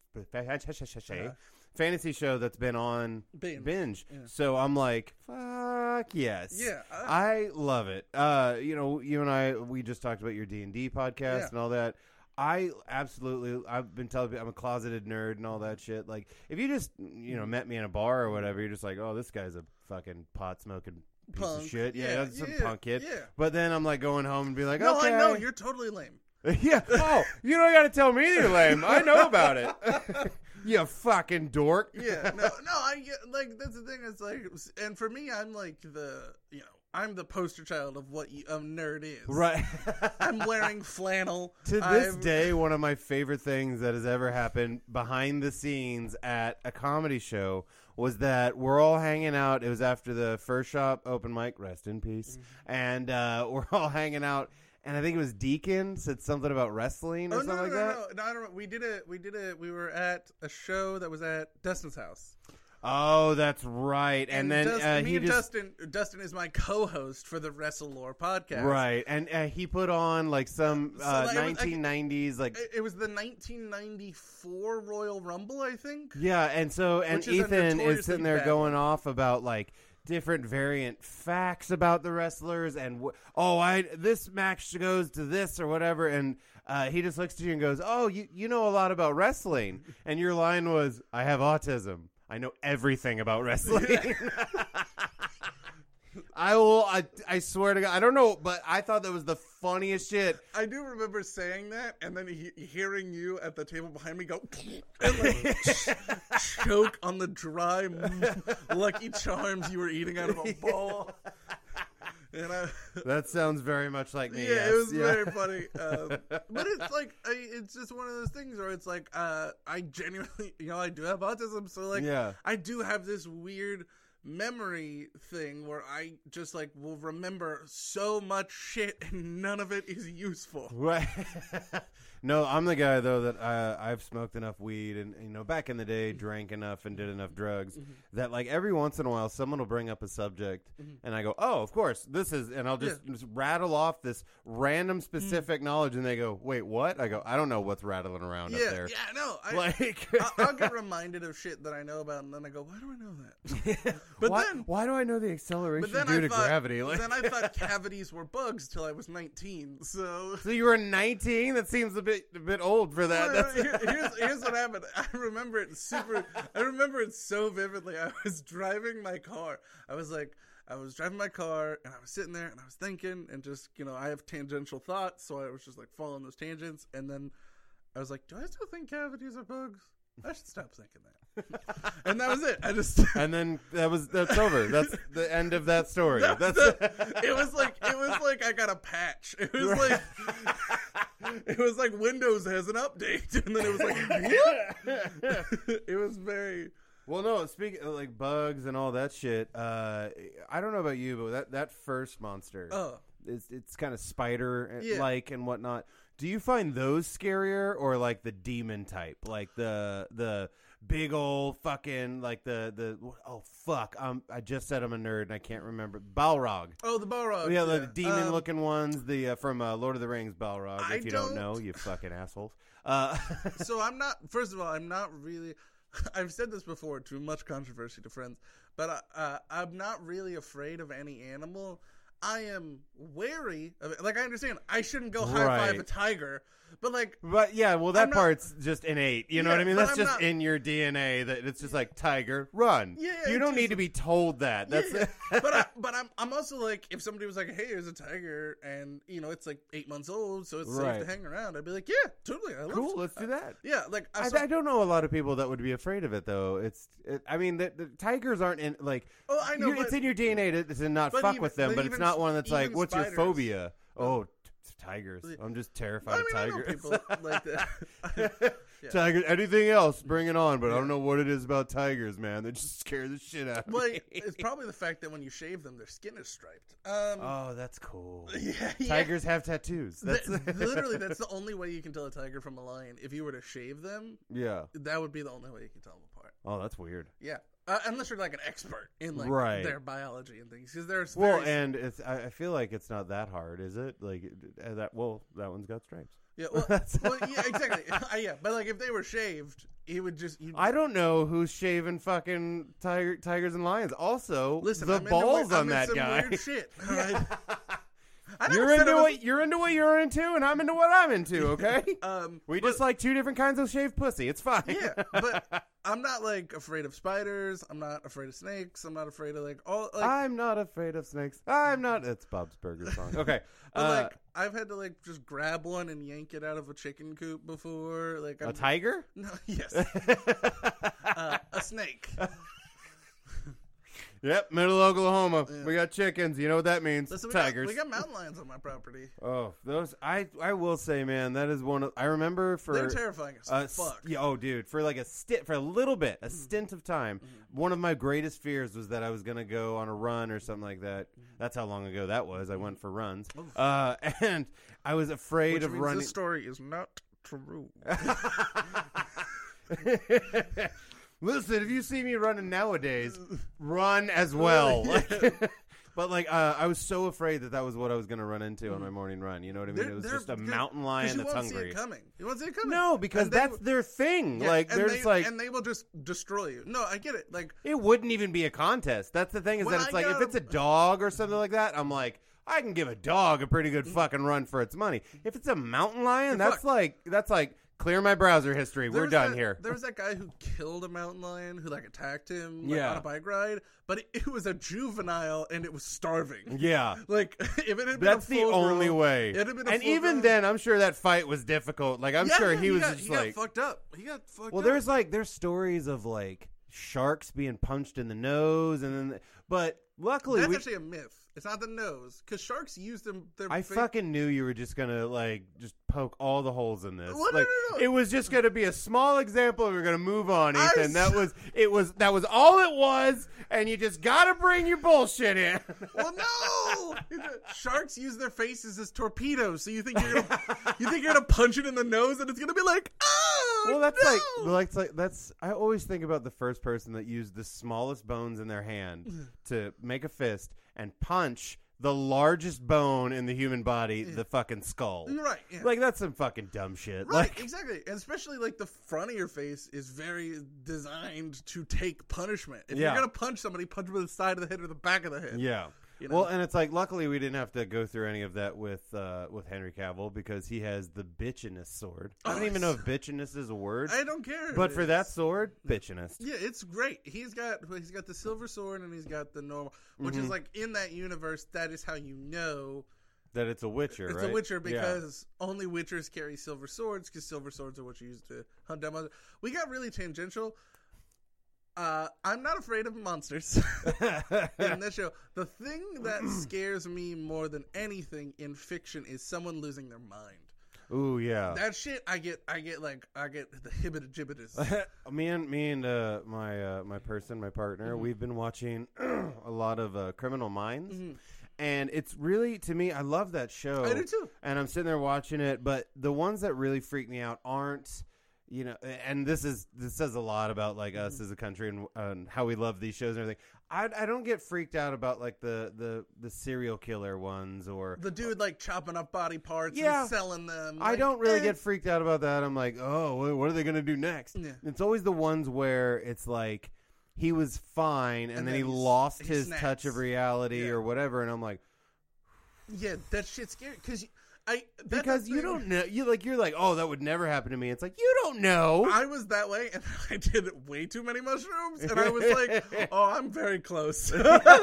Speaker 1: fantasy show that's been on
Speaker 2: Uh-huh. Binge. Yeah.
Speaker 1: So I'm like, fuck yes,
Speaker 2: Yeah, uh-
Speaker 1: I love it. Uh, you know, you and I we just talked about your D and D podcast
Speaker 2: Yeah.
Speaker 1: and all that. I absolutely. I've been telling people I'm a closeted nerd and all that shit. Like, if you just you know met me in a bar or whatever, you're just like, oh, this guy's a fucking pot smoking piece
Speaker 2: Punk.
Speaker 1: of shit. Yeah,
Speaker 2: Yeah,
Speaker 1: that's some
Speaker 2: yeah,
Speaker 1: punk kid.
Speaker 2: yeah.
Speaker 1: But then I'm like going home and be like,
Speaker 2: No,
Speaker 1: okay,
Speaker 2: I know you're totally lame.
Speaker 1: yeah. Oh, you don't got to tell me you're lame. I know about it. you fucking dork.
Speaker 2: yeah no no i get like that's the thing it's like and for me i'm like the you know I'm the poster child of what you, a nerd is.
Speaker 1: Right.
Speaker 2: I'm wearing flannel.
Speaker 1: To this
Speaker 2: I'm-
Speaker 1: day, one of my favorite things that has ever happened behind the scenes at a comedy show was that we're all hanging out. It was after the first shop open mic, rest in peace,
Speaker 2: Mm-hmm.
Speaker 1: and uh, we're all hanging out. And I think it was Deacon said something about wrestling or
Speaker 2: Oh no,
Speaker 1: something
Speaker 2: no,
Speaker 1: like
Speaker 2: no,
Speaker 1: that.
Speaker 2: no, no, I don't. We did it. We did it. We were at a show that was at Dustin's house.
Speaker 1: Oh, that's right. And, then
Speaker 2: Dust-
Speaker 1: uh,
Speaker 2: me
Speaker 1: he
Speaker 2: and
Speaker 1: just
Speaker 2: Dustin, Dustin is my co-host for the Wrestle Lore podcast.
Speaker 1: right, and uh, he put on like some
Speaker 2: So,
Speaker 1: uh,
Speaker 2: like, it was- like-
Speaker 1: 1990s like.
Speaker 2: It- It was the 1994 Royal Rumble, I think.
Speaker 1: Yeah, and so and
Speaker 2: Which is a
Speaker 1: Ethan is
Speaker 2: notoriously
Speaker 1: sitting there
Speaker 2: bad
Speaker 1: going off about like different variant facts about the wrestlers and wh- oh I this match goes to this or whatever and uh, he just looks to you and goes oh you you know a lot about wrestling and your line was I have autism I know everything about wrestling. I will. I, I swear to God, I don't know, but I thought that was the funniest shit.
Speaker 2: I do remember saying that, and then he- hearing you at the table behind me go and like choke on the dry m- Lucky Charms you were eating out of a bowl. And I,
Speaker 1: That sounds very much like me.
Speaker 2: yeah,
Speaker 1: yes,
Speaker 2: it was
Speaker 1: yeah.
Speaker 2: very funny. Um, but it's like I, it's just one of those things where it's like uh, I genuinely, you know, I do have autism, so like
Speaker 1: Yeah.
Speaker 2: I do have this weird memory thing where I just like will remember so much shit and none of it is useful.
Speaker 1: Right. no, I'm the guy though that uh, I've smoked enough weed and you know back in the day
Speaker 2: Mm-hmm.
Speaker 1: drank enough and did enough drugs that like every once in a while someone will bring up a subject
Speaker 2: Mm-hmm.
Speaker 1: and I go, "Oh, of course, this is," and I'll just, just rattle off this
Speaker 2: Mm.
Speaker 1: random specific knowledge and they go, "Wait, what?" I go, "I don't know what's rattling around up
Speaker 2: Yeah,
Speaker 1: there."
Speaker 2: yeah, no, I,
Speaker 1: Like,
Speaker 2: I, I'll get reminded of shit that I know about, and then I go, "Why do I know that?" But
Speaker 1: why,
Speaker 2: then,
Speaker 1: why do I know the acceleration
Speaker 2: but then
Speaker 1: due
Speaker 2: I
Speaker 1: to
Speaker 2: thought,
Speaker 1: gravity? Like,
Speaker 2: then I thought cavities were bugs till I was nineteen. So
Speaker 1: so you were 19. That seems a bit a bit old for that. That's-
Speaker 2: Here- here's, here's what happened. I remember it super. I remember it so vividly. I was driving my car. I was like, I was driving my car, and I was sitting there, and I was thinking, and just you know, I have tangential thoughts, so I was just like following those tangents, and then I was like, do I still think cavities are bugs? I should stop thinking that. and that was it. I just.
Speaker 1: and then that was that's over. That's the end of that story. that's
Speaker 2: it was like it was like I got a patch. It was like it was like Windows has an update, and then it was like what? it was very
Speaker 1: Well, no, speaking of, like bugs and all that shit, uh, I don't know about you, but that that first monster,
Speaker 2: oh
Speaker 1: it's, it's kind of spider
Speaker 2: Yeah.
Speaker 1: like and whatnot. Do you find those scarier or like the demon type, like the the big old fucking like the the oh fuck, um, I just said I'm a nerd and I can't remember Balrog.
Speaker 2: oh the Balrog.
Speaker 1: yeah, the demon
Speaker 2: Um,
Speaker 1: looking ones, the uh, from uh, Lord of the Rings Balrog.
Speaker 2: I
Speaker 1: if you don't,
Speaker 2: don't-
Speaker 1: know, you fucking assholes. Uh,
Speaker 2: so I'm not. First of all, I'm not really. I've said this before to much controversy to friends, but I, uh, I'm not really afraid of any animal. I am wary of it. Like I understand, I shouldn't go high five
Speaker 1: Right.
Speaker 2: a tiger, but like
Speaker 1: But yeah, well, that
Speaker 2: not-
Speaker 1: part's just innate. You know
Speaker 2: Yeah,
Speaker 1: what I mean?
Speaker 2: but
Speaker 1: That's
Speaker 2: I'm
Speaker 1: just
Speaker 2: not-
Speaker 1: in your DNA. That it's just like tiger run.
Speaker 2: Yeah, yeah,
Speaker 1: you don't
Speaker 2: it's
Speaker 1: need to be told that. That's
Speaker 2: Yeah. but I, but I'm I'm also like if somebody was like, hey, there's a tiger, and you know it's like eight months old, so it's
Speaker 1: Right.
Speaker 2: safe to hang around. I'd be like, yeah, totally, I love uh,
Speaker 1: cool. Let's do that.
Speaker 2: Yeah, like uh, I,
Speaker 1: I,
Speaker 2: saw,
Speaker 1: I don't know a lot of people that would be afraid of it though. It's it, I mean the, the tigers aren't in like
Speaker 2: oh I know,
Speaker 1: you- it's
Speaker 2: but,
Speaker 1: in your DNA to, to not
Speaker 2: but
Speaker 1: fuck
Speaker 2: even-
Speaker 1: with them,
Speaker 2: but
Speaker 1: but it's
Speaker 2: even
Speaker 1: not
Speaker 2: s-
Speaker 1: one that's like
Speaker 2: even
Speaker 1: what's your
Speaker 2: spiders.
Speaker 1: phobia? Oh, t- t- tigers. I'm just
Speaker 2: I
Speaker 1: terrified
Speaker 2: mean, I know
Speaker 1: of tigers.
Speaker 2: people like that. Yeah.
Speaker 1: Tiger, anything else, bring it on. But I don't know what it is about tigers, man. They just scare the shit out of
Speaker 2: well,
Speaker 1: me.
Speaker 2: it's probably the fact that when you shave them, their skin is striped. Um,
Speaker 1: Oh, that's cool.
Speaker 2: yeah, yeah.
Speaker 1: Tigers have tattoos.
Speaker 2: That-
Speaker 1: That's
Speaker 2: literally, that's the only way you can tell a tiger from a lion. If you were to shave them,
Speaker 1: yeah.
Speaker 2: that would be the only way you can tell them apart.
Speaker 1: Oh, that's weird.
Speaker 2: Yeah, uh, unless you're like an expert in like
Speaker 1: Right.
Speaker 2: their biology and things, because there's
Speaker 1: Well,
Speaker 2: very-
Speaker 1: and it's I I feel like it's not that hard, is it? Like it- uh, that. Well, that one's got stripes.
Speaker 2: Yeah, well,
Speaker 1: That's-
Speaker 2: well yeah, exactly. Uh, yeah, but like if they were shaved, it would just. You'd,
Speaker 1: I don't know who's shaving fucking tiger, tigers and lions. Also,
Speaker 2: listen.
Speaker 1: the
Speaker 2: I'm into
Speaker 1: balls
Speaker 2: weir-
Speaker 1: on
Speaker 2: I'm into
Speaker 1: that
Speaker 2: some
Speaker 1: guy.
Speaker 2: Weird shit. all right? I never
Speaker 1: You're
Speaker 2: said
Speaker 1: into
Speaker 2: I was-
Speaker 1: what you're into what you're into, and I'm into what I'm into. Okay,
Speaker 2: Um,
Speaker 1: we just like two different kinds of shaved pussy. It's fine.
Speaker 2: yeah, but I'm not like afraid of spiders. I'm not afraid of snakes. I'm not afraid of like all. Like,
Speaker 1: I'm not afraid of snakes. I'm not. It's Bob's Burger song. Okay,
Speaker 2: but,
Speaker 1: uh,
Speaker 2: like I've had to like just grab one and yank it out of a chicken coop before. Like I'm, uh,
Speaker 1: a tiger.
Speaker 2: No, yes, uh, a snake.
Speaker 1: Yep, middle of Oklahoma.
Speaker 2: Yeah.
Speaker 1: We got chickens. You know what that means?
Speaker 2: Listen, we got-
Speaker 1: Tigers.
Speaker 2: we got mountain lions on my property.
Speaker 1: oh, those I I will say, man, that is one of I remember for
Speaker 2: They're terrifying as
Speaker 1: a s-
Speaker 2: fuck. Mm-hmm.
Speaker 1: yeah, oh, dude, for like a stint, for a little bit, a stint of time, one of my greatest fears was that I was gonna go on a run or something like that. That's how long ago that was. I went for runs,
Speaker 2: Mm-hmm. Oof.
Speaker 1: uh, and I was afraid
Speaker 2: Which
Speaker 1: of
Speaker 2: means
Speaker 1: running.
Speaker 2: this story is not true.
Speaker 1: Listen, if you see me running nowadays, run as well. but like, uh, I was so afraid that that was what I was going to run into
Speaker 2: Mm.
Speaker 1: on my morning run. You know what I mean?
Speaker 2: They're-
Speaker 1: it was
Speaker 2: they're-
Speaker 1: just a
Speaker 2: they're-
Speaker 1: mountain
Speaker 2: 'Cause
Speaker 1: lion
Speaker 2: you
Speaker 1: that's
Speaker 2: won't see
Speaker 1: hungry.
Speaker 2: it coming. You won't see it coming.
Speaker 1: No, because
Speaker 2: And they
Speaker 1: that's
Speaker 2: will-
Speaker 1: their thing.
Speaker 2: Yeah,
Speaker 1: like,
Speaker 2: and
Speaker 1: they're
Speaker 2: they-
Speaker 1: just like,
Speaker 2: and they will just destroy you. No, I get it. Like
Speaker 1: it wouldn't even be a contest. That's the thing is
Speaker 2: When
Speaker 1: that it's
Speaker 2: I
Speaker 1: like, if
Speaker 2: got-
Speaker 1: it's a dog or something like that, I'm like. I can give a dog a pretty
Speaker 2: Mm.
Speaker 1: good fucking run for its money. If it's a mountain lion, that's
Speaker 2: fucked.
Speaker 1: like that's like clear my browser history.
Speaker 2: there
Speaker 1: We're
Speaker 2: was
Speaker 1: done
Speaker 2: that-
Speaker 1: here.
Speaker 2: There was that guy who killed a mountain lion who like attacked him like,
Speaker 1: Yeah.
Speaker 2: on a bike ride, but it, it was a juvenile and it was starving.
Speaker 1: yeah.
Speaker 2: Like if it had been
Speaker 1: That's
Speaker 2: a
Speaker 1: the
Speaker 2: full
Speaker 1: only
Speaker 2: grown-
Speaker 1: way.
Speaker 2: It'd have been a
Speaker 1: and
Speaker 2: full
Speaker 1: even
Speaker 2: grown-
Speaker 1: then, I'm sure that fight was difficult. Like I'm
Speaker 2: Yeah,
Speaker 1: sure he, was
Speaker 2: got,
Speaker 1: just
Speaker 2: he
Speaker 1: like,
Speaker 2: got fucked up. He got fucked
Speaker 1: well,
Speaker 2: up.
Speaker 1: there's like there's stories of like sharks being punched in the nose, and then but luckily
Speaker 2: that's
Speaker 1: we.
Speaker 2: actually a myth. It's not the nose because sharks use them. Their
Speaker 1: I
Speaker 2: fa-
Speaker 1: fucking knew you were just gonna like just poke all the holes in this.
Speaker 2: Well, no,
Speaker 1: like
Speaker 2: no, no.
Speaker 1: it was just gonna be a small example. We were gonna move on,
Speaker 2: I
Speaker 1: Ethan.
Speaker 2: was-
Speaker 1: That was it. Was that was all it was? And you just gotta bring your bullshit in.
Speaker 2: Well, no. Sharks use their faces as torpedoes, so you think you're gonna you think you're gonna punch it in the nose, and it's gonna be like, oh,
Speaker 1: Well, that's
Speaker 2: no!
Speaker 1: like, well, that's like, that's. I always think about the first person that used the smallest bones in their
Speaker 2: Mm.
Speaker 1: hand to make a fist and punch the largest bone in the human body, the fucking skull.
Speaker 2: You're Mm. right, yeah.
Speaker 1: Like that's some fucking dumb shit.
Speaker 2: right,
Speaker 1: Like,
Speaker 2: exactly, and especially like the front of your face is very designed to take punishment. If
Speaker 1: Yeah.
Speaker 2: you're gonna punch somebody, punch them with the side of the head or the back of the head.
Speaker 1: yeah.
Speaker 2: You
Speaker 1: Well,
Speaker 2: know?
Speaker 1: and it's like, luckily we didn't have to go through any of that with uh, with Henry Cavill because he has the bitchiness sword. I don't
Speaker 2: Oh,
Speaker 1: even know if bitchiness is a word,
Speaker 2: I don't care,
Speaker 1: but for that
Speaker 2: that's.
Speaker 1: sword, bitchiness.
Speaker 2: Yeah, it's great. He's got he's got the silver sword and he's got the normal, which
Speaker 1: Mm-hmm.
Speaker 2: is like in that universe. That is how you know
Speaker 1: That it's a Witcher,
Speaker 2: it's
Speaker 1: right?
Speaker 2: a Witcher
Speaker 1: Yeah.
Speaker 2: because only Witchers carry silver swords because silver swords are what you use to hunt down monsters. We got really tangential. Uh, I'm not afraid of monsters in this show. The thing that scares me more than anything in fiction is someone losing their mind.
Speaker 1: Ooh, yeah.
Speaker 2: That shit, I get, I get like, I get the hibbita gibbitas.
Speaker 1: me and me and uh, my uh, my person, my partner,
Speaker 2: Mm-hmm.
Speaker 1: we've been watching a lot of uh, Criminal Minds, and it's really to me, I love that show.
Speaker 2: Mm-hmm. I do too.
Speaker 1: And I'm sitting there watching it, but the ones that really freak me out aren't. You know, and this is this says a lot about like
Speaker 2: Mm-hmm.
Speaker 1: us as a country and, and how we love these shows and everything. I, I don't get freaked out about like the the the serial killer ones or
Speaker 2: The dude like chopping up body parts
Speaker 1: Yeah.
Speaker 2: and selling them.
Speaker 1: I
Speaker 2: like,
Speaker 1: don't really
Speaker 2: eh.
Speaker 1: get freaked out about that. I'm like, oh, wha- what are they gonna do next?
Speaker 2: Yeah.
Speaker 1: It's always the ones where it's like he was fine and, then, he
Speaker 2: then he's-
Speaker 1: lost
Speaker 2: he
Speaker 1: his
Speaker 2: snaps.
Speaker 1: touch of reality
Speaker 2: Yeah.
Speaker 1: or whatever, and I'm like,
Speaker 2: Yeah, that shit's scary because I that's the
Speaker 1: because you
Speaker 2: thing.
Speaker 1: don't know, you like you're like, oh, that would never happen to me. It's like you don't know.
Speaker 2: I was that way, and I did way too many mushrooms, and I was like, "Oh, I'm very close."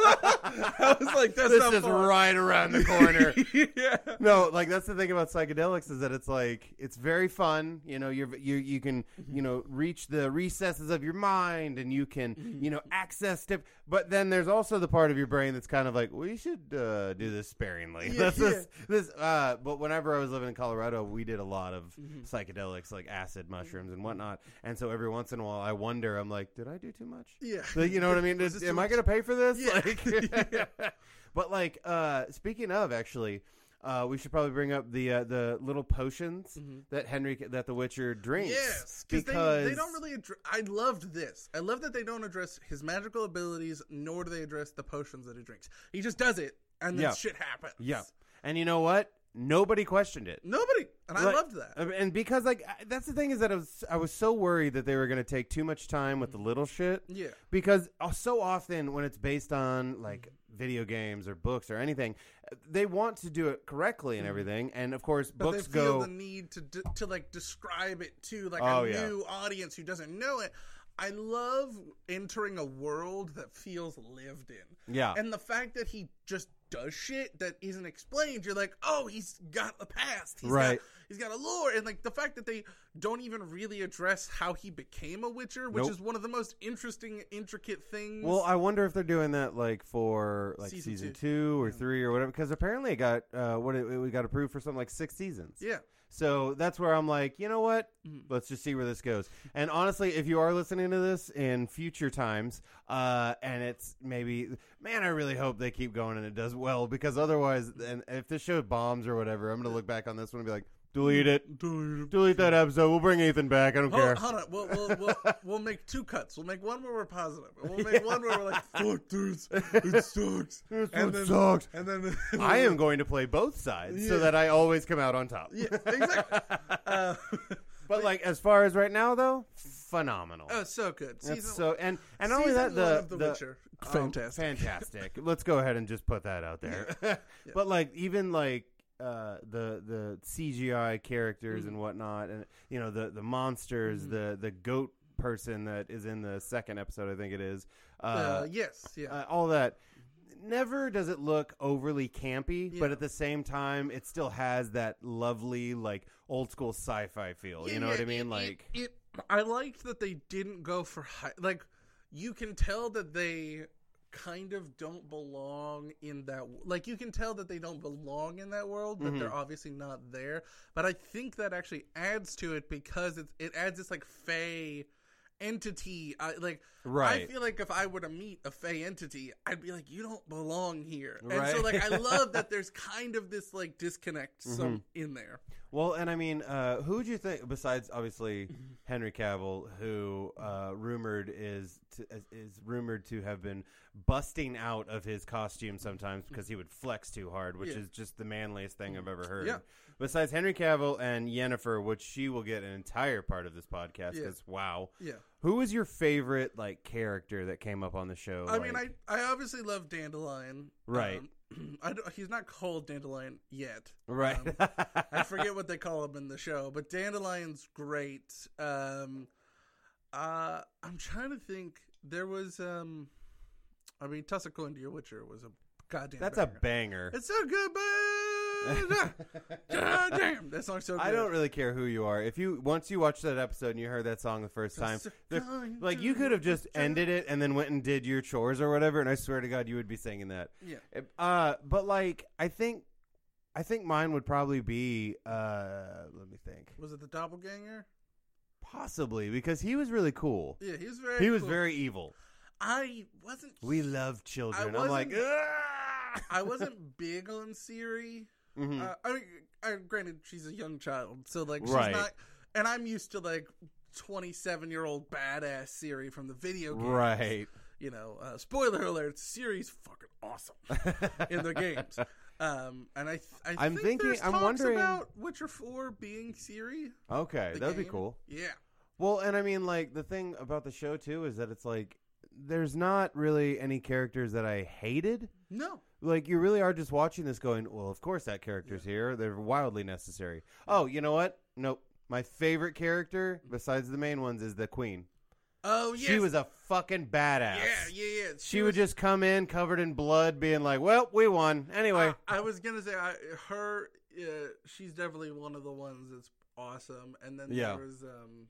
Speaker 2: I was like, "That's
Speaker 1: this
Speaker 2: not
Speaker 1: is
Speaker 2: far."
Speaker 1: right around the corner.
Speaker 2: yeah,
Speaker 1: no, like that's the thing about psychedelics is that it's like it's very fun. You know, you're you you can
Speaker 2: Mm-hmm.
Speaker 1: you know reach the recesses of your mind, and you can
Speaker 2: Mm-hmm.
Speaker 1: you know access it. But then there's also the part of your brain that's kind of like we should uh, do this sparingly.
Speaker 2: Yeah,
Speaker 1: That's this this. Uh, but whenever I was living in Colorado, we did a lot of
Speaker 2: Mm-hmm.
Speaker 1: psychedelics like acid, mushrooms, and whatnot. And so every once in a while, I wonder, I'm like, did I do too much?
Speaker 2: yeah.
Speaker 1: Like, you know what I mean?
Speaker 2: Was this
Speaker 1: am
Speaker 2: too
Speaker 1: I
Speaker 2: much?
Speaker 1: going to pay for this?
Speaker 2: Yeah.
Speaker 1: Like, but like, uh, speaking of actually, uh, we should probably bring up the uh, the little potions that Henry that the Witcher drinks.
Speaker 2: Mm-hmm. Yes, because they, they don't really. Address, I loved this. I love that they don't address his magical abilities, nor do they address the potions that he drinks. He just does it, and then
Speaker 1: Yeah.
Speaker 2: shit happens.
Speaker 1: Yeah, and you know what? Nobody questioned it.
Speaker 2: nobody, and I
Speaker 1: Like-
Speaker 2: loved that.
Speaker 1: I mean, And because like I- that's the thing is that I was I was so worried that they were going to take too much time with the little shit.
Speaker 2: Yeah.
Speaker 1: Because uh, so often when it's based on like video games or books or anything, uh, they want to do it correctly and everything. And of course,
Speaker 2: Mm-hmm. but
Speaker 1: books
Speaker 2: they feel
Speaker 1: go
Speaker 2: the need to d- to like describe it to like
Speaker 1: Oh,
Speaker 2: a
Speaker 1: yeah.
Speaker 2: new audience who doesn't know it. I love entering a world that feels lived in.
Speaker 1: Yeah.
Speaker 2: And the fact that he just does shit that isn't explained, you're like, oh, he's got a past. He's
Speaker 1: Right.
Speaker 2: Got, he's got a lore. And like the fact that they don't even really address how he became a Witcher, which
Speaker 1: Nope.
Speaker 2: is one of the most interesting, intricate things.
Speaker 1: Well, I wonder if they're doing that like for like
Speaker 2: Season
Speaker 1: season, two. or
Speaker 2: Yeah.
Speaker 1: three or whatever. Because apparently it got uh, what it, it got approved for something like six seasons.
Speaker 2: yeah.
Speaker 1: So that's where I'm like, you know what?
Speaker 2: Mhm.
Speaker 1: Let's just see where this goes. And honestly, if you are listening to this in future times, uh, and it's maybe, man, I really hope they keep going and it does well because otherwise, and if this show bombs or whatever, I'm gonna look back on this one and be like, delete it, delete that episode. We'll bring Ethan back. I don't care.
Speaker 2: Hold, hold on, we'll, we'll, we'll, we'll make two cuts. We'll make one where we're positive, and we'll make one where we're like, "Fuck this, it sucks."
Speaker 1: This
Speaker 2: and
Speaker 1: one sucks.
Speaker 2: And then
Speaker 1: I am going to play both sides
Speaker 2: Yeah.
Speaker 1: so that I always come out on top.
Speaker 2: yeah, exactly. Uh,
Speaker 1: But like as far as right now though, phenomenal.
Speaker 2: oh, so good. Season,
Speaker 1: That's so and and not only that
Speaker 2: season one
Speaker 1: the
Speaker 2: of The
Speaker 1: the-
Speaker 2: Witcher,
Speaker 1: um,
Speaker 2: fantastic.
Speaker 1: fantastic. Let's go ahead and just put that out there. But like even like uh, the the CGI characters
Speaker 2: Mm-hmm.
Speaker 1: and whatnot, and you know the the monsters, the the goat person that is in the second episode, I think it is. Uh,
Speaker 2: uh, yes, yeah.
Speaker 1: uh, all that. Never does it look overly campy, but
Speaker 2: Yeah.
Speaker 1: at the same time, it still has that lovely, like old school sci-fi feel.
Speaker 2: Yeah,
Speaker 1: Oh, you know what
Speaker 2: yeah,
Speaker 1: I mean?
Speaker 2: it- it-
Speaker 1: like,
Speaker 2: it, I liked that they didn't go for high. Like you can tell that they kind of don't belong in that. w- Like you can tell that they don't belong in that world.
Speaker 1: Mm-hmm.
Speaker 2: That they're obviously not there. But I think that actually adds to it because it it adds this like fey entity. I like. I
Speaker 1: Right.
Speaker 2: feel like if I were to meet a fey entity, I'd be like, "You don't belong here." And so
Speaker 1: Right. Mm-hmm.
Speaker 2: like I love that there's kind of this like disconnect some in there.
Speaker 1: well, and I mean, uh, who do you think besides obviously Henry Cavill, who uh, rumored is to, is- is rumored to have been busting out of his costume sometimes because he would flex too hard, which
Speaker 2: Yeah.
Speaker 1: is just the manliest thing I've ever heard.
Speaker 2: Yeah.
Speaker 1: Besides Henry Cavill and Yennefer, which she will get an entire part of this podcast
Speaker 2: Yeah.
Speaker 1: because wow.
Speaker 2: Yeah.
Speaker 1: Who was your favorite like character that came up on the show?
Speaker 2: I mean, I,
Speaker 1: like-
Speaker 2: I obviously love Dandelion.
Speaker 1: Right.
Speaker 2: Um, I don't- he's not called Dandelion yet.
Speaker 1: right.
Speaker 2: Um, I forget what they call him in the show, but Dandelion's great. Um, uh, I'm trying to think. There was, um, I mean, Tussock into Your Witcher was a goddamn.
Speaker 1: That's a banger.
Speaker 2: banger. It's so good, but uh, goddamn, that song's so good.
Speaker 1: I don't really care who you are. If you once you watched that episode and you heard that song the first time,
Speaker 2: Tussock
Speaker 1: the-
Speaker 2: Under
Speaker 1: like you could have just
Speaker 2: Your-
Speaker 1: ended it and then went and did your chores or whatever, and I swear to God, you would be singing that.
Speaker 2: Yeah.
Speaker 1: It- Uh, but like, I think, I think mine would probably be. Uh, let me think.
Speaker 2: Was it the Doppelganger?
Speaker 1: Possibly because he was really cool.
Speaker 2: Yeah, he was very.
Speaker 1: He was
Speaker 2: cool.
Speaker 1: very evil.
Speaker 2: I wasn't.
Speaker 1: We love children. I'm
Speaker 2: wasn't-
Speaker 1: like, "Ah!"
Speaker 2: I wasn't big on Siri.
Speaker 1: Mhm.
Speaker 2: Uh, I mean, I, granted, she's a young child, so like she's
Speaker 1: Right.
Speaker 2: not. And I'm used to like 27 year old badass Siri from the video games.
Speaker 1: right.
Speaker 2: You know, uh, spoiler alert: Siri's fucking awesome in the games. Um, and I, th- I
Speaker 1: I'm
Speaker 2: think
Speaker 1: thinking-
Speaker 2: there's
Speaker 1: I'm
Speaker 2: talks
Speaker 1: wondering-
Speaker 2: about Witcher Four being Siri.
Speaker 1: Okay,
Speaker 2: the
Speaker 1: that would be
Speaker 2: game.
Speaker 1: cool.
Speaker 2: Yeah,
Speaker 1: Well, and I mean, like the thing about the show too is that it's like there's not really any characters that I hated.
Speaker 2: no,
Speaker 1: Like you really are just watching this, going, "Well, of course that character's here. They're wildly necessary." Oh, you know what? Nope. My favorite character, besides the main ones, is the queen.
Speaker 2: oh yes.
Speaker 1: She was a fucking badass.
Speaker 2: yeah, yeah, yeah.
Speaker 1: She, would just come in covered in blood, being like, "Well, we won anyway."
Speaker 2: I, I was gonna say I, her. Uh, she's definitely one of the ones that's awesome. And then
Speaker 1: Yeah.
Speaker 2: there was um,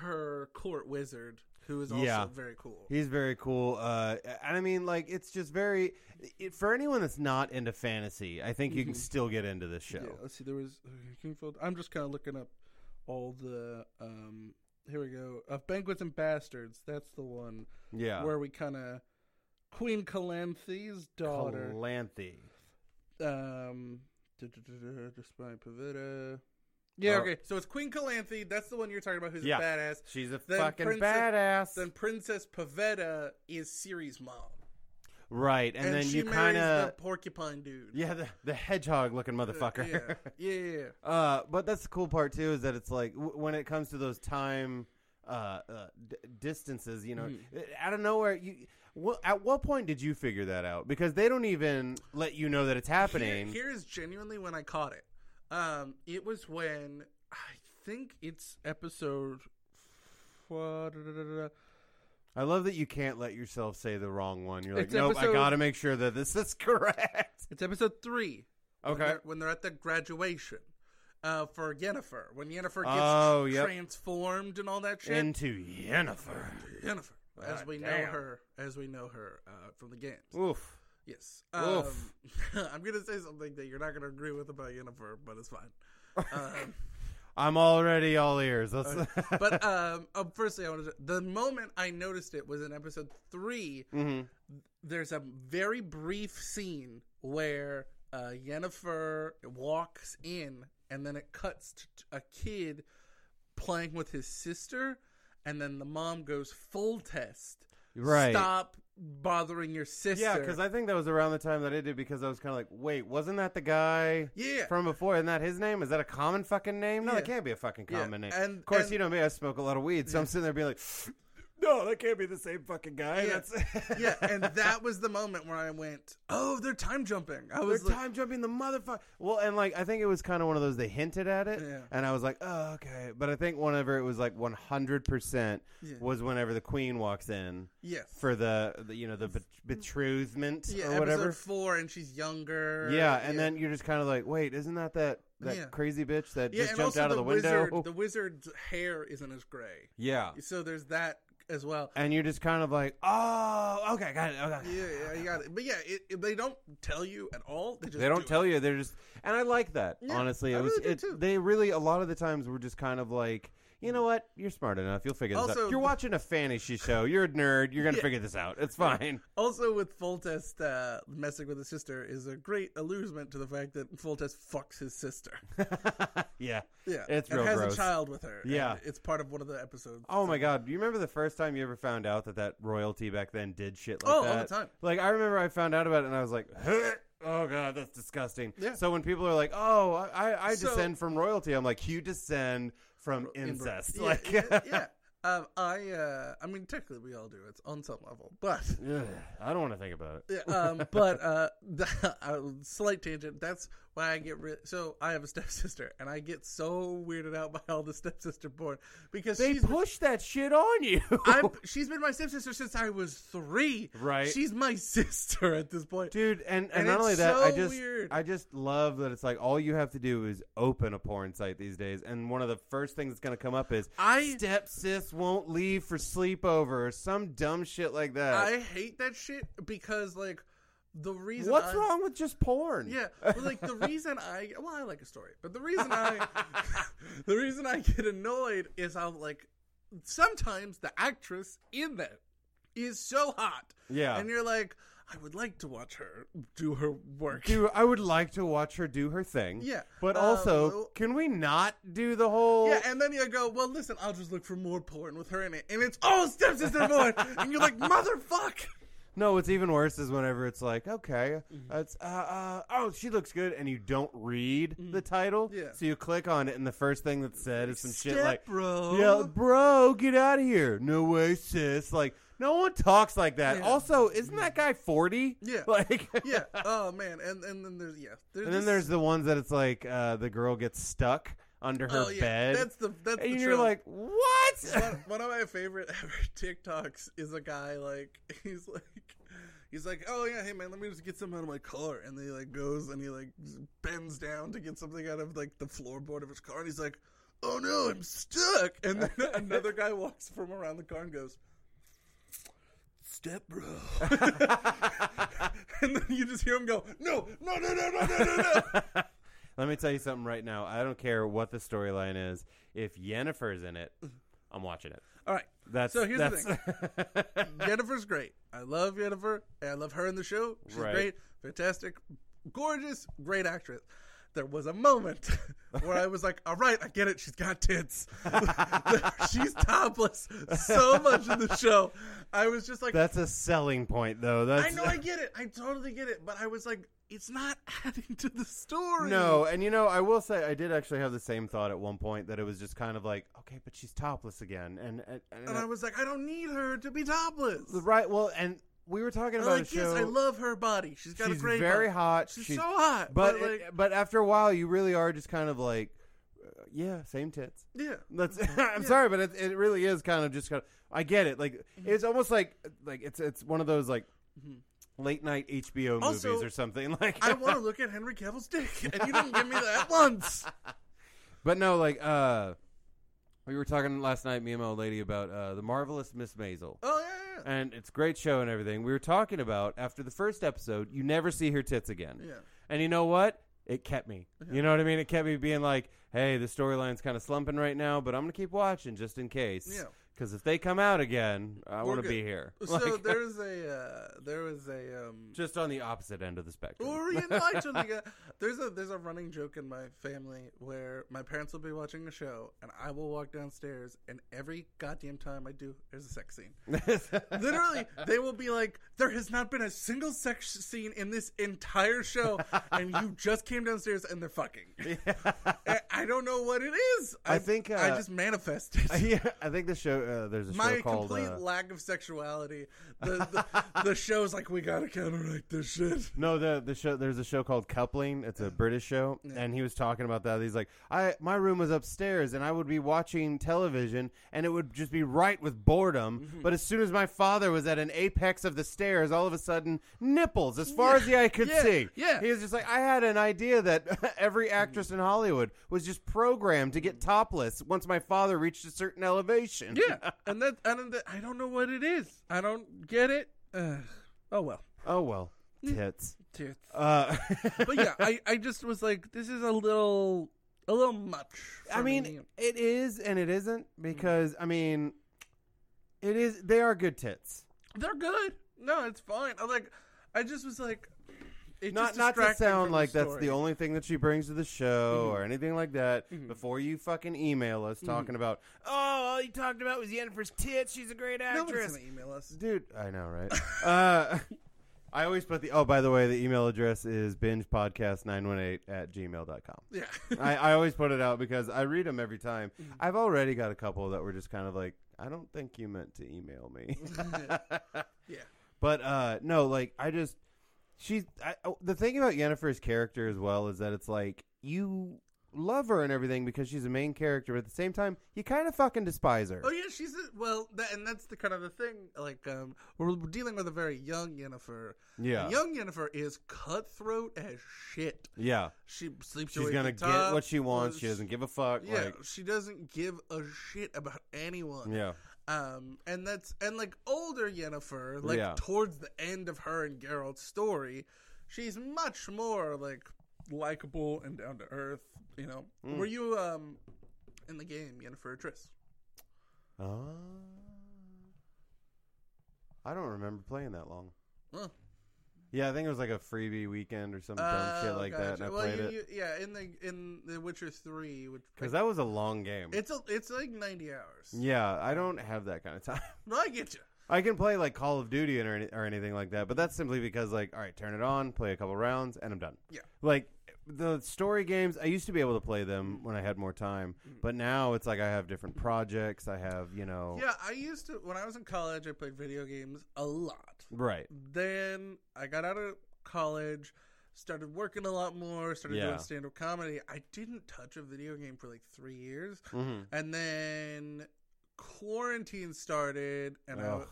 Speaker 2: her court wizard, who is also
Speaker 1: Yeah.
Speaker 2: very cool.
Speaker 1: He's very cool. Uh, and I mean, like, it's just very. It, for anyone that's not into fantasy, I think you can
Speaker 2: Mhm.
Speaker 1: still get into this show.
Speaker 2: Yeah, let's see. There was okay, Kingfield. I'm just kind of looking up all the. Um, here we go. Of banquets and bastards. That's the one
Speaker 1: Yeah.
Speaker 2: where we kind of Queen Calanthe's daughter.
Speaker 1: Calanthe.
Speaker 2: um, duh-duh-duh-duh, despite Pavetta. Yeah.
Speaker 1: Oh.
Speaker 2: Okay. So it's Queen Calanthe. That's the one you're talking about. Who's
Speaker 1: Yeah.
Speaker 2: a badass.
Speaker 1: She's a
Speaker 2: Then
Speaker 1: fucking
Speaker 2: Princess-
Speaker 1: badass.
Speaker 2: then Princess Pavetta is Ciri's mom,
Speaker 1: right. And, then
Speaker 2: she
Speaker 1: you
Speaker 2: marries
Speaker 1: kind of.
Speaker 2: the porcupine dude.
Speaker 1: Yeah, the, the hedgehog looking motherfucker.
Speaker 2: yeah, yeah, yeah, yeah.
Speaker 1: Uh, but that's the cool part too is that it's like w- when it comes to those time uh, uh, d- distances, you know,
Speaker 2: Mm-hmm.
Speaker 1: uh, out of nowhere. You, wha- at what point did you figure that out? Because they don't even let you know that it's happening.
Speaker 2: Here, here is genuinely when I caught it. Um, it was when I think it's episode Aqua. Da, da, da, da, da.
Speaker 1: I love that you can't let yourself say the wrong one. You're like,
Speaker 2: It's
Speaker 1: nope, I
Speaker 2: episode-
Speaker 1: gotta make sure that this is correct.
Speaker 2: It's episode three. When
Speaker 1: Okay.
Speaker 2: they're, when they're at the graduation uh, for Yennefer. When Yennefer gets
Speaker 1: Oh,
Speaker 2: tr-
Speaker 1: yep.
Speaker 2: transformed and all that shit.
Speaker 1: Into Yennefer.
Speaker 2: Yennefer, as
Speaker 1: God
Speaker 2: we know
Speaker 1: damn.
Speaker 2: her, as we know her uh, from the games.
Speaker 1: Oof.
Speaker 2: Yes. Um,
Speaker 1: Oof.
Speaker 2: I'm gonna say something that you're not gonna agree with about Yennefer, but it's fine. Um,
Speaker 1: I'm already all ears. That's
Speaker 2: but um, uh, firstly, I want to. The moment I noticed it was in episode three.
Speaker 1: Mhm.
Speaker 2: There's a very brief scene where uh, Yennefer walks in, and then it cuts to a kid playing with his sister, and then the mom goes full test.
Speaker 1: right.
Speaker 2: Stop bothering your sister.
Speaker 1: Yeah, because I think that was around the time that I did because I was kind of like, wait, wasn't that the guy
Speaker 2: yeah.
Speaker 1: from before? Isn't that his name? Is that a common fucking name? No,
Speaker 2: Yeah.
Speaker 1: that can't be a fucking
Speaker 2: Yeah,
Speaker 1: common name.
Speaker 2: and-
Speaker 1: of course,
Speaker 2: and-
Speaker 1: you know me. I smoke a lot of weed, so I'm sitting there being like, no, that can't be the same fucking guy.
Speaker 2: Yeah.
Speaker 1: That's
Speaker 2: yeah, and that was the moment where I went, "Oh, they're time jumping." I was
Speaker 1: They're
Speaker 2: like,
Speaker 1: time jumping the motherfucker. Well, and like I think it was kind of one of those they hinted at it,
Speaker 2: Yeah.
Speaker 1: and I was like, oh okay. But I think whenever it was like one hundred percent
Speaker 2: Yeah.
Speaker 1: was whenever the queen walks in
Speaker 2: "Yes,
Speaker 1: for the, the you know the bet- betrothment
Speaker 2: yeah,
Speaker 1: or whatever.
Speaker 2: episode four, and she's younger."
Speaker 1: Yeah, and then you're just kind of like, wait, isn't that that that
Speaker 2: Yeah.
Speaker 1: crazy bitch that
Speaker 2: yeah,
Speaker 1: just
Speaker 2: and
Speaker 1: jumped
Speaker 2: also
Speaker 1: out of the, window?
Speaker 2: Wizard, the wizard's hair isn't as gray,
Speaker 1: yeah,
Speaker 2: so there's that as well.
Speaker 1: and you're just kind of like, oh, okay, got it. Okay.
Speaker 2: Yeah, yeah, you got it. But yeah, it, it- they don't tell you at all. They, just
Speaker 1: They don't
Speaker 2: do
Speaker 1: tell you. They're just, and I like that.
Speaker 2: Yeah,
Speaker 1: honestly,
Speaker 2: I
Speaker 1: it was.
Speaker 2: really do
Speaker 1: it,
Speaker 2: too.
Speaker 1: They really a lot of the times were just kind of like, you know what? You're smart enough. You'll figure this
Speaker 2: Also-
Speaker 1: out. You're watching a fantasy show. You're a nerd. You're gonna
Speaker 2: Yeah.
Speaker 1: figure this out. It's fine.
Speaker 2: It. Also, with Foltest uh, messing with his sister is a great allusion to the fact that Foltest fucks his sister.
Speaker 1: yeah.
Speaker 2: Yeah,
Speaker 1: It's
Speaker 2: and
Speaker 1: real
Speaker 2: has
Speaker 1: gross.
Speaker 2: a child with her. and
Speaker 1: Yeah.
Speaker 2: it's part of one of the episodes.
Speaker 1: Oh my god! Do you remember the first time you ever found out that that royalty back then did shit like
Speaker 2: Oh, all
Speaker 1: that?
Speaker 2: the time.
Speaker 1: Like I remember I found out about it and I was like, oh god, that's disgusting.
Speaker 2: Yeah.
Speaker 1: So when people are like, oh, I, I- I
Speaker 2: So-
Speaker 1: descend from royalty, I'm like, you descend from incest.
Speaker 2: Yeah,
Speaker 1: like,
Speaker 2: yeah, yeah. Um, I, uh, I mean, technically we all do. It's on some level, but
Speaker 1: Ugh, I don't want to think about it.
Speaker 2: yeah, um, but uh, the, uh, slight tangent. That's why I get rid. So I have a stepsister, and I get so weirded out by all the stepsister porn because
Speaker 1: They
Speaker 2: she's.
Speaker 1: push that shit on you.
Speaker 2: I'm, she's been my stepsister since I was three.
Speaker 1: Right.
Speaker 2: She's my sister at this point.
Speaker 1: Dude, and, and,
Speaker 2: And
Speaker 1: not
Speaker 2: it's
Speaker 1: only that, I
Speaker 2: so
Speaker 1: just
Speaker 2: weird.
Speaker 1: I just love that it's like all you have to do is open a porn site these days, and one of the first things that's gonna come up is
Speaker 2: I-
Speaker 1: step sis won't leave for sleepover or some dumb shit like that.
Speaker 2: I hate that shit because, like, the reason
Speaker 1: What's
Speaker 2: I-
Speaker 1: wrong with just porn?
Speaker 2: Yeah, but like the reason I well, I like a story, but the reason I the reason I get annoyed is I'm like sometimes the actress in that is so hot,
Speaker 1: Yeah.
Speaker 2: and you're like, I would like to watch her do her work.
Speaker 1: Dude, I would like to watch her do her thing.
Speaker 2: Yeah.
Speaker 1: But
Speaker 2: Um,
Speaker 1: also,
Speaker 2: well-
Speaker 1: can we not do the whole
Speaker 2: yeah, and then you go, well, listen, I'll just look for more porn with her in it, and it's all stepsister porn, and you're like, motherfuck.
Speaker 1: No, what's even worse is whenever it's like, okay,
Speaker 2: Mm-hmm.
Speaker 1: it's uh, uh, oh, she looks good, and you don't read the title,
Speaker 2: Mm-hmm. Yeah.
Speaker 1: so you click on it, and the first thing that's said is some shit
Speaker 2: Step,
Speaker 1: like,
Speaker 2: bro.
Speaker 1: yeah, bro, get out of here, no way, sis." Like, no one talks like that.
Speaker 2: Yeah.
Speaker 1: Also, isn't that guy forty?
Speaker 2: Yeah.
Speaker 1: like,
Speaker 2: Yeah. Oh man, and and then there's yeah, there's
Speaker 1: And then
Speaker 2: this-
Speaker 1: there's the ones that it's like uh, the girl gets stuck under her
Speaker 2: oh, yeah,
Speaker 1: bed,
Speaker 2: That's the that's
Speaker 1: and
Speaker 2: the
Speaker 1: you're
Speaker 2: trope.
Speaker 1: like, what?
Speaker 2: one, one of my favorite ever TikToks is a guy like he's like he's like oh yeah hey man let me just get something out of my car and then he like goes and he like bends down to get something out of like the floorboard of his car and he's like oh no I'm stuck and then another guy walks from around the car and goes step bro and then you just hear him go no no no no no no no no
Speaker 1: Let me tell you something right now. I don't care what the storyline is. If Yennefer's in it, I'm watching it.
Speaker 2: all right
Speaker 1: That's
Speaker 2: So here's the
Speaker 1: that's, the thing.
Speaker 2: Jennifer's great. I love Jennifer. and I love her in the show. She's
Speaker 1: Right.
Speaker 2: great, fantastic, gorgeous, great actress. There was a moment where I was like, "All right, I get it. She's got tits. She's topless so much in the show." I was just like,
Speaker 1: that's a selling point, though. That's
Speaker 2: "I know, I get it. I totally get it." But I was like, "It's not adding to the story."
Speaker 1: no, and you know, I will say I did actually have the same thought at one point that it was just kind of like, okay, but she's topless again, and and, and,
Speaker 2: And I was like, "I don't need her to be topless."
Speaker 1: the right. Well, and we were talking
Speaker 2: I'm
Speaker 1: about a
Speaker 2: like, yes,
Speaker 1: show.
Speaker 2: I love her body. She's got
Speaker 1: she's
Speaker 2: a great
Speaker 1: very
Speaker 2: body.
Speaker 1: hot.
Speaker 2: She's, so hot.
Speaker 1: but
Speaker 2: But,
Speaker 1: it-
Speaker 2: like,
Speaker 1: but after a while, you really are just kind of like. uh, yeah, same tits.
Speaker 2: Yeah.
Speaker 1: That's I'm sorry, but it, it really is kind of just kind of. I get it. Like
Speaker 2: Mm-hmm.
Speaker 1: it's almost like like it's it's one of those like
Speaker 2: Mhm.
Speaker 1: late night HBO
Speaker 2: Also,
Speaker 1: movies or something. Like
Speaker 2: I want to look at Henry Cavill's dick, and you didn't give me that once.
Speaker 1: But no, like uh, we were talking last night, me and my old lady about uh, the marvelous Miss Maisel.
Speaker 2: Oh yeah,
Speaker 1: And it's a great show and everything. We were talking about after the first episode, you never see her tits again.
Speaker 2: yeah, yeah.
Speaker 1: And you know what? It kept me. You know what I mean? It kept me being like, hey, the storyline's kind of slumping right now, but I'm going to keep watching just in case.
Speaker 2: Yeah.
Speaker 1: Because if they come out again, I
Speaker 2: We're
Speaker 1: want to
Speaker 2: good.
Speaker 1: be here.
Speaker 2: So
Speaker 1: Like,
Speaker 2: there was a uh, there was a um,
Speaker 1: just on the opposite end of the spectrum.
Speaker 2: Or you like something. Uh, There's a there's a running joke in my family where my parents will be watching a show and I will walk downstairs and every goddamn time I do, there's a sex scene. Literally, they will be like, "There has not been a single sex scene in this entire show, and you just came downstairs and they're fucking." I, I don't know what it is.
Speaker 1: I think,
Speaker 2: I
Speaker 1: uh,
Speaker 2: just manifested.
Speaker 1: yeah, I think the show, uh, there's a
Speaker 2: my
Speaker 1: show called.
Speaker 2: complete
Speaker 1: uh,
Speaker 2: lack of sexuality. The, the, the show's like, we gotta counteract this shit.
Speaker 1: No, the the show there's a show called Coupling. It's a British show, and he was talking about that. He's like, I my room was upstairs, and I would be watching television, and it would just be right with boredom.
Speaker 2: Mm-hmm.
Speaker 1: But as soon as my father was at an apex of the stairs, all of a sudden nipples as far as the eye could
Speaker 2: yeah,
Speaker 1: see.
Speaker 2: yeah.
Speaker 1: he was just like, I had an idea that every actress in Hollywood was just programmed to get topless once my father reached a certain elevation.
Speaker 2: Yeah, and that and that, I don't know what it is. I don't get it. Uh, oh well,
Speaker 1: Oh well, tits.
Speaker 2: Tits.
Speaker 1: Uh,
Speaker 2: Mm. but yeah, I, I just was like, this is a little a little much. for
Speaker 1: I mean,
Speaker 2: me.
Speaker 1: it is and it isn't
Speaker 2: Mm-hmm.
Speaker 1: because I mean, it is. They are good tits.
Speaker 2: they're good. No, it's fine. I like. I just was like, it
Speaker 1: Not
Speaker 2: just
Speaker 1: not to
Speaker 2: distracted from
Speaker 1: sound
Speaker 2: the
Speaker 1: like that's
Speaker 2: story. Mm-hmm.
Speaker 1: the only thing that she brings to the show or anything like that. Before you fucking email us talking about, oh, all you talked about was Yennefer's tits. She's a great
Speaker 2: Nobody's
Speaker 1: actress,
Speaker 2: gonna email us.
Speaker 1: dude. I know, right? uh, I always put the. Oh, by the way, the email address is bingepodcast918 at gmail.com.
Speaker 2: Yeah,
Speaker 1: I, I always put it out because I read them every time.
Speaker 2: Mm-hmm.
Speaker 1: I've already got a couple that were just kind of like, I don't think you meant to email me.
Speaker 2: yeah.
Speaker 1: but uh, no, like I just she's I, oh, the thing about Yennefer's character as well is that it's like you love her and everything because she's a main character, but at the same time you kind of fucking despise her.
Speaker 2: Oh yeah, she's a, well, that, and that's the kind of the thing. Like, um, we're dealing with a very young Yennefer.
Speaker 1: Yeah.
Speaker 2: young Yennefer is cutthroat as shit.
Speaker 1: yeah,
Speaker 2: She sleeps. her
Speaker 1: she's
Speaker 2: way to
Speaker 1: gonna
Speaker 2: the
Speaker 1: get
Speaker 2: top.
Speaker 1: what she wants.
Speaker 2: Uh,
Speaker 1: She doesn't give a fuck.
Speaker 2: Yeah,
Speaker 1: like,
Speaker 2: she doesn't give a shit about anyone.
Speaker 1: yeah.
Speaker 2: Um, and that's and like older Yennefer, like
Speaker 1: Yeah.
Speaker 2: towards the end of her and Geralt's story, she's much more like likable and down to earth. You know,
Speaker 1: Hmm.
Speaker 2: were you um in the game Yennefer or Triss?
Speaker 1: Uh, I don't remember playing that long.
Speaker 2: Huh.
Speaker 1: Yeah, I think it was like a freebie weekend or some dumb shit
Speaker 2: Oh,
Speaker 1: like that, and I
Speaker 2: gotcha. well,
Speaker 1: played
Speaker 2: you,
Speaker 1: it
Speaker 2: You, yeah, in the in the Witcher three, which
Speaker 1: because that was a long game.
Speaker 2: it's a, it's like ninety hours.
Speaker 1: yeah, I don't have that kind of time.
Speaker 2: But I get you.
Speaker 1: I can play like Call of Duty and or, any, or anything like that, but that's simply because like, all right, turn it on, play a couple rounds, and I'm done.
Speaker 2: Yeah.
Speaker 1: Like the story games, I used to be able to play them when I had more time,
Speaker 2: Mm-hmm.
Speaker 1: but now it's like I have different projects. I have you know,
Speaker 2: Yeah, I used to when I was in college. I played video games a lot.
Speaker 1: right,
Speaker 2: then I got out of college, started working a lot more, started
Speaker 1: Yeah.
Speaker 2: doing stand up comedy. I didn't touch a video game for like three years.
Speaker 1: hmm
Speaker 2: And then quarantine started and I
Speaker 1: Ugh.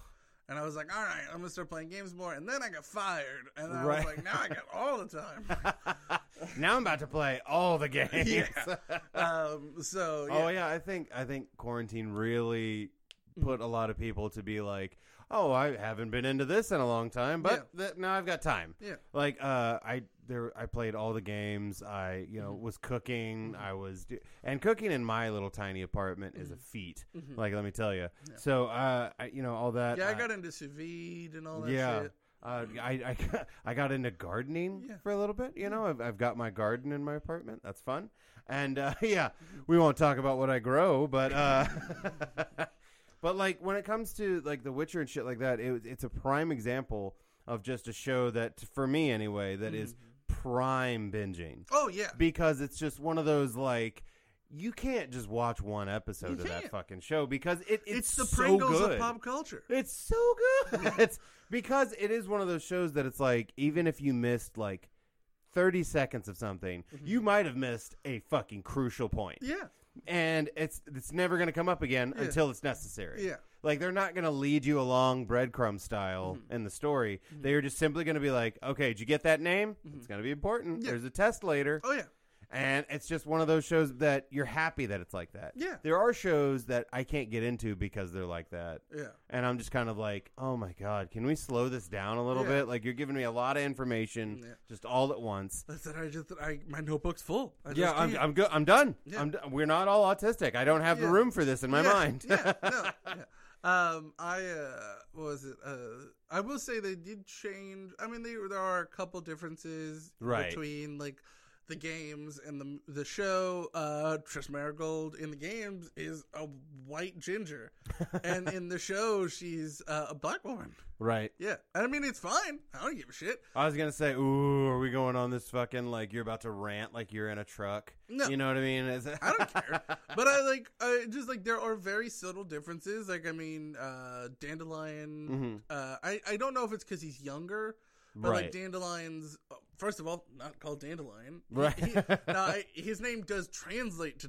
Speaker 2: and I was like, all right, I'm gonna start playing games more. And then I got fired, and I
Speaker 1: Right.
Speaker 2: was like, now I got all the time.
Speaker 1: now I'm about to play all the games.
Speaker 2: Yeah. um, so yeah, Mm-hmm.
Speaker 1: Oh yeah, I think I think quarantine really put a lot of people to be like, oh, I haven't been into this in a long time, but th- now I've got time.
Speaker 2: Yeah.
Speaker 1: Like uh, I there I played all the games. I you
Speaker 2: Mm-hmm.
Speaker 1: know was cooking. I was do- and cooking in my little tiny apartment is a
Speaker 2: Mm-hmm.
Speaker 1: feat. Like let me tell you. So uh, I, you know all that.
Speaker 2: yeah, I
Speaker 1: uh,
Speaker 2: got into sous vide and all that
Speaker 1: yeah.
Speaker 2: shit.
Speaker 1: Uh, I, I, got- I got into gardening
Speaker 2: Yeah.
Speaker 1: for a little bit. You know, I've, I've got my garden in my apartment. That's fun. And uh, yeah, we won't talk about what I grow, but uh, but like when it comes to like The Witcher and shit like that, it, was- it's a prime example of just a show that for me anyway that is
Speaker 2: Mm-hmm.
Speaker 1: prime binging
Speaker 2: Oh yeah,
Speaker 1: because it's just one of those like. You can't just watch one episode
Speaker 2: You
Speaker 1: of that
Speaker 2: can't.
Speaker 1: fucking show because it, it's,
Speaker 2: it's, the
Speaker 1: so
Speaker 2: Pringles
Speaker 1: good.
Speaker 2: of pop culture.
Speaker 1: It's so good. it's because it is one of those shows that it's like even if you missed like
Speaker 2: Mm-hmm.
Speaker 1: 30 seconds of something, you might have missed a fucking crucial point.
Speaker 2: Yeah,
Speaker 1: and it's it's never going to come up again
Speaker 2: Yeah.
Speaker 1: until it's necessary.
Speaker 2: Yeah.
Speaker 1: Like they're not going to lead you along breadcrumb style
Speaker 2: Mm-hmm.
Speaker 1: in the story. They are just simply going to be like, "Okay, did you get that name? It's going to be important.
Speaker 2: Mm-hmm. Yeah.
Speaker 1: There's a test later."
Speaker 2: Oh yeah.
Speaker 1: And it's just one of those shows that you're happy that it's like that.
Speaker 2: Yeah.
Speaker 1: There are shows that I can't get into because they're like that.
Speaker 2: Yeah.
Speaker 1: And I'm just kind of like, "Oh my god, can we slow this down a little
Speaker 2: Yeah.
Speaker 1: bit? Like you're giving me a lot of information
Speaker 2: Yeah.
Speaker 1: just all at once."
Speaker 2: That's it. I just I my notebook's full. I
Speaker 1: Yeah,
Speaker 2: just
Speaker 1: I'm,
Speaker 2: can't.
Speaker 1: I'm good. I'm done.
Speaker 2: Yeah.
Speaker 1: I'm d- we're not all autistic. I don't have the
Speaker 2: Yeah.
Speaker 1: room for this in my
Speaker 2: Yeah,
Speaker 1: mind.
Speaker 2: yeah, no, yeah. Um, I uh, what was it? Uh, I will say they did change. I mean, they, there are a couple differences
Speaker 1: Right.
Speaker 2: between like the games and the the show. Uh, Trish Marigold in the games is a white ginger, and in the show she's uh, a black woman.
Speaker 1: right.
Speaker 2: Yeah, and I mean it's fine. I don't give a shit.
Speaker 1: I was gonna say, ooh, are we going on this fucking like you're about to rant like you're in a truck?
Speaker 2: No.
Speaker 1: you know what I mean. Is it-
Speaker 2: I don't care. but I like I just like there are very subtle differences. Like I mean, uh Dandelion
Speaker 1: Mhm.
Speaker 2: uh I I don't know if it's cuz he's younger, but
Speaker 1: Right.
Speaker 2: like Dandelion's uh, first of all, not called Dandelion. He-
Speaker 1: Right.
Speaker 2: he- now, I, his name does translate to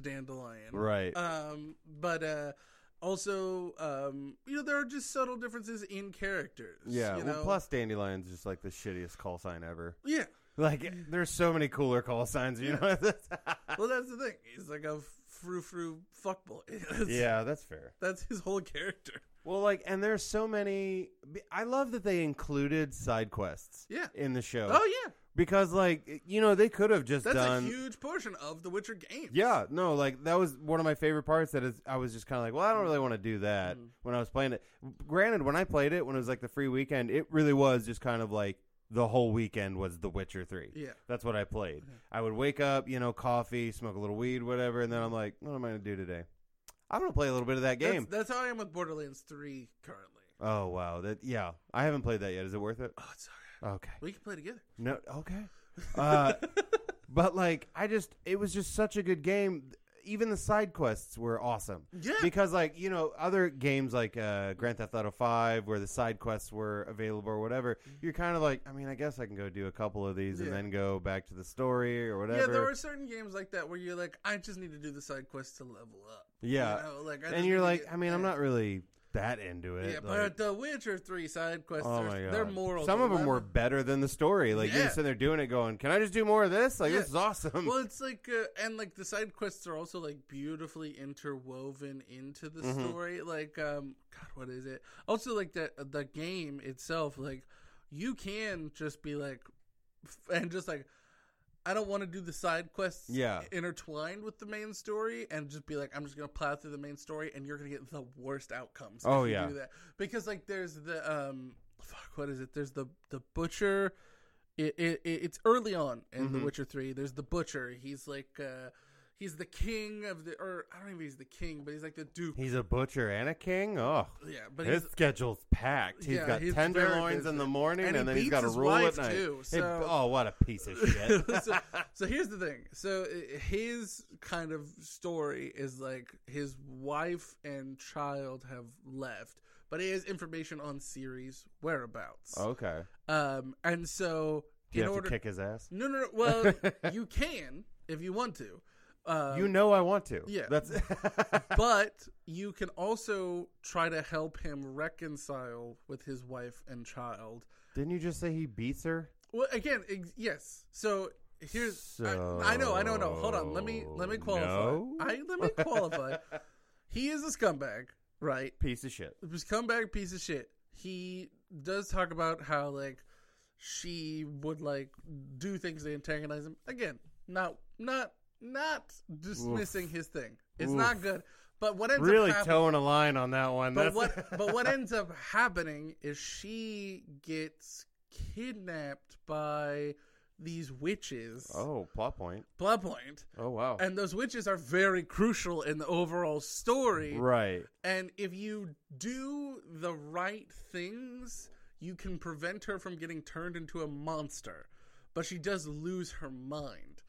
Speaker 2: Dandelion.
Speaker 1: Right.
Speaker 2: Um but uh also, um, you know, there are just subtle differences in characters.
Speaker 1: yeah.
Speaker 2: you
Speaker 1: well,
Speaker 2: know?
Speaker 1: plus Dandelion's just like the shittiest call sign ever.
Speaker 2: yeah.
Speaker 1: Like there's so many cooler call signs. You know.
Speaker 2: Well, that's the thing. He's like a frou frou fuckboy. That's-
Speaker 1: yeah, that's fair.
Speaker 2: that's his whole character.
Speaker 1: Well, like, and there's so many. I love that they included side quests.
Speaker 2: Yeah.
Speaker 1: In the show.
Speaker 2: Oh yeah,
Speaker 1: Because like you know they could have just
Speaker 2: That's
Speaker 1: done
Speaker 2: a huge portion of the Witcher games.
Speaker 1: Yeah, no, like that was one of my favorite parts. That is, I was just kind of like, well, I don't really want to do that
Speaker 2: Mm-hmm.
Speaker 1: when I was playing it. Granted, when I played it, when it was like the free weekend, it really was just kind of like the whole weekend was The Witcher Three.
Speaker 2: Yeah.
Speaker 1: that's what I played. I would wake up, you know, coffee, smoke a little weed, whatever, and then I'm like, what am I gonna do today? I'm gonna play a little bit of that
Speaker 2: That's-
Speaker 1: game.
Speaker 2: That's, how I am with Borderlands 3 currently.
Speaker 1: oh wow, that yeah, I haven't played that yet. Is it worth it?
Speaker 2: Oh, it's alright.
Speaker 1: Okay,
Speaker 2: We can play together.
Speaker 1: no, okay. Uh, But like, I just it was just such a good game. Even the side quests were awesome.
Speaker 2: Yeah.
Speaker 1: Because like you know other games like uh, Grand Theft Auto Five, where the side quests were available or whatever, you're kind of like, I mean, I guess I can go do a couple of these and
Speaker 2: Mm-hmm. Yeah.
Speaker 1: then go back to the story or whatever.
Speaker 2: Yeah, there are certain games like that where you're like, I just need to do the side quest to level up.
Speaker 1: Yeah.
Speaker 2: You know, like, I just
Speaker 1: and you're
Speaker 2: need to
Speaker 1: like,
Speaker 2: get-
Speaker 1: I mean, I'm
Speaker 2: yeah.
Speaker 1: not really that into it.
Speaker 2: Yeah,
Speaker 1: like-
Speaker 2: but The Witcher 3 side quests,
Speaker 1: Oh
Speaker 2: are,
Speaker 1: my god!
Speaker 2: they're moral.
Speaker 1: Some of them were
Speaker 2: dilemma.
Speaker 1: better than the story. Like you're
Speaker 2: Yeah.
Speaker 1: sitting there doing it, going, "Can I just do more of this? Like
Speaker 2: Yeah.
Speaker 1: this is awesome."
Speaker 2: Well, it's like, uh, and like the side quests are also like beautifully interwoven into the
Speaker 1: Mhm.
Speaker 2: story. Like, um, God, what is it? Also, like the the game itself, like you can just be like, f- and just like, I don't want to do the side quests,
Speaker 1: Yeah.
Speaker 2: intertwined with the main story, and just be like, I'm just gonna plow through the main story, and you're gonna get the worst outcomes. if
Speaker 1: Oh,
Speaker 2: you
Speaker 1: yeah.
Speaker 2: do that because like there's the um, fuck, what is it? There's the the butcher it, it, it it's early on in The
Speaker 1: Mhm.
Speaker 2: Witcher Three. There's the butcher. He's like uh, he's the king of the, or I don't know if he's the king, but he's like the duke.
Speaker 1: He's a butcher and a king. Oh,
Speaker 2: yeah, but
Speaker 1: his
Speaker 2: he's
Speaker 1: schedule's packed. He's
Speaker 2: Yeah,
Speaker 1: got
Speaker 2: he's very
Speaker 1: tenderloins in
Speaker 2: busy.
Speaker 1: the morning, and,
Speaker 2: And he
Speaker 1: then he's
Speaker 2: beats
Speaker 1: got a
Speaker 2: his
Speaker 1: roll
Speaker 2: wife,
Speaker 1: at night.
Speaker 2: too,
Speaker 1: It-
Speaker 2: so-
Speaker 1: oh, what a piece of shit!
Speaker 2: so, so here's the thing. So uh, his kind of story is like his wife and child have left, but he has information on Ciri's whereabouts.
Speaker 1: okay,
Speaker 2: Um, and so
Speaker 1: do Oh. you
Speaker 2: in
Speaker 1: have
Speaker 2: order,
Speaker 1: to kick his ass?
Speaker 2: no, no, no. Well, you can if you want to. Um,
Speaker 1: you know I want to.
Speaker 2: yeah.
Speaker 1: that's
Speaker 2: but you can also try to help him reconcile with his wife and child.
Speaker 1: Didn't you just say he beats her?
Speaker 2: Well, again, ex- yes. So here's I, I know, I know, no. Hold on, let me let me
Speaker 1: So,
Speaker 2: qualify.
Speaker 1: no?
Speaker 2: I let me qualify. he is a scumbag, right?
Speaker 1: Piece of shit.
Speaker 2: This scumbag piece of shit. He does talk about how like she would like do things to antagonize him. Again, not not not dismissing his thing. It's
Speaker 1: Oof.
Speaker 2: not good. But what ends
Speaker 1: Really
Speaker 2: up happening,
Speaker 1: towing a line on that one. That's-
Speaker 2: but what but what ends up happening is she gets kidnapped by these witches.
Speaker 1: oh, plot point.
Speaker 2: Plot point.
Speaker 1: Oh wow.
Speaker 2: And those witches are very crucial in the overall story.
Speaker 1: right.
Speaker 2: And if you do the right things, you can prevent her from getting turned into a monster. But she does lose her mind.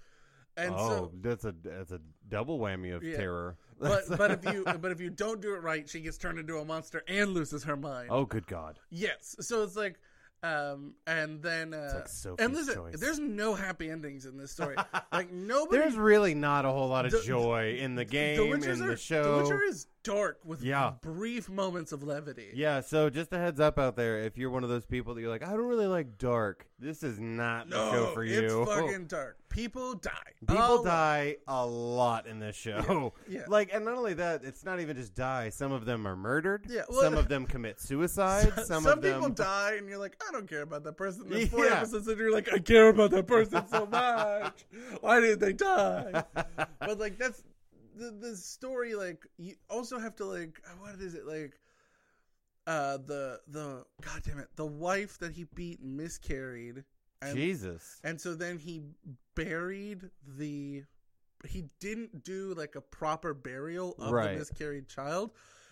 Speaker 2: And
Speaker 1: oh,
Speaker 2: so
Speaker 1: that's a that's a double whammy of
Speaker 2: Yeah.
Speaker 1: terror.
Speaker 2: but but if you but if you don't do it right, she gets turned into a monster and loses her mind.
Speaker 1: oh, good god.
Speaker 2: Yes. So it's like Um, and then, uh,
Speaker 1: like Sophie's
Speaker 2: and listen,
Speaker 1: Choice.
Speaker 2: there's no happy endings in this story. like nobody.
Speaker 1: There's really not a whole lot of
Speaker 2: The-
Speaker 1: joy in the game
Speaker 2: the Witchers
Speaker 1: in
Speaker 2: are,
Speaker 1: the show.
Speaker 2: The Witcher is dark with
Speaker 1: Yeah.
Speaker 2: brief moments of levity.
Speaker 1: yeah, so just a heads up out there, if you're one of those people that you're like, I don't really like dark, this is not
Speaker 2: No,
Speaker 1: the show for
Speaker 2: it's
Speaker 1: you.
Speaker 2: fucking dark. People die.
Speaker 1: People
Speaker 2: Oh,
Speaker 1: die a lot in this show.
Speaker 2: Yeah, yeah.
Speaker 1: Like, and not only that, it's not even just die. Some of them are murdered.
Speaker 2: Yeah, well-
Speaker 1: some of them commit suicide. some of them
Speaker 2: people die, and you're like, I don't care about that person. There's four
Speaker 1: Yeah.
Speaker 2: episodes, and you're like, I care about that person so much. Why did they die? but like, that's the the story. Like, you also have to like, what is it like? Uh, the the god damn it, the wife that he beat miscarried, and
Speaker 1: Jesus.
Speaker 2: and so then he buried the. He didn't do like a proper burial of
Speaker 1: Right.
Speaker 2: the miscarried child.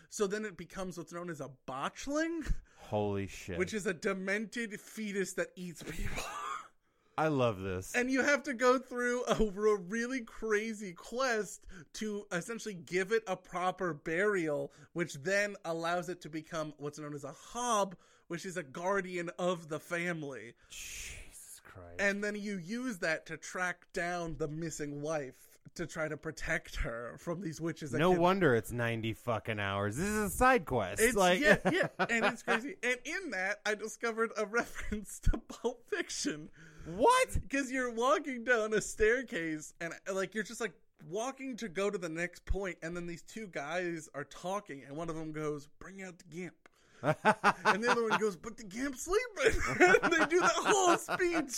Speaker 2: So then it becomes what's known as a botchling,
Speaker 1: Holy shit.
Speaker 2: which is a demented fetus that eats people.
Speaker 1: I love this.
Speaker 2: and you have to go through a, r- really crazy quest to essentially give it a proper burial, which then allows it to become what's known as a hob, which is a guardian of the family.
Speaker 1: Jesus Christ.
Speaker 2: And then you use that to track down the missing wife to try to protect her from these witches. that
Speaker 1: no
Speaker 2: kidnap-
Speaker 1: wonder it's 90 fucking hours. This is a side quest.
Speaker 2: It's
Speaker 1: like
Speaker 2: yeah, yeah, and it's crazy. And in that, I discovered a reference to Pulp Fiction
Speaker 1: What?
Speaker 2: because you're walking down a staircase, and like you're just like walking to go to the next point, and then these two guys are talking, and one of them goes, "Bring out the gimp." and the other one goes, "But the gimp's sleeping." and they do that whole speech,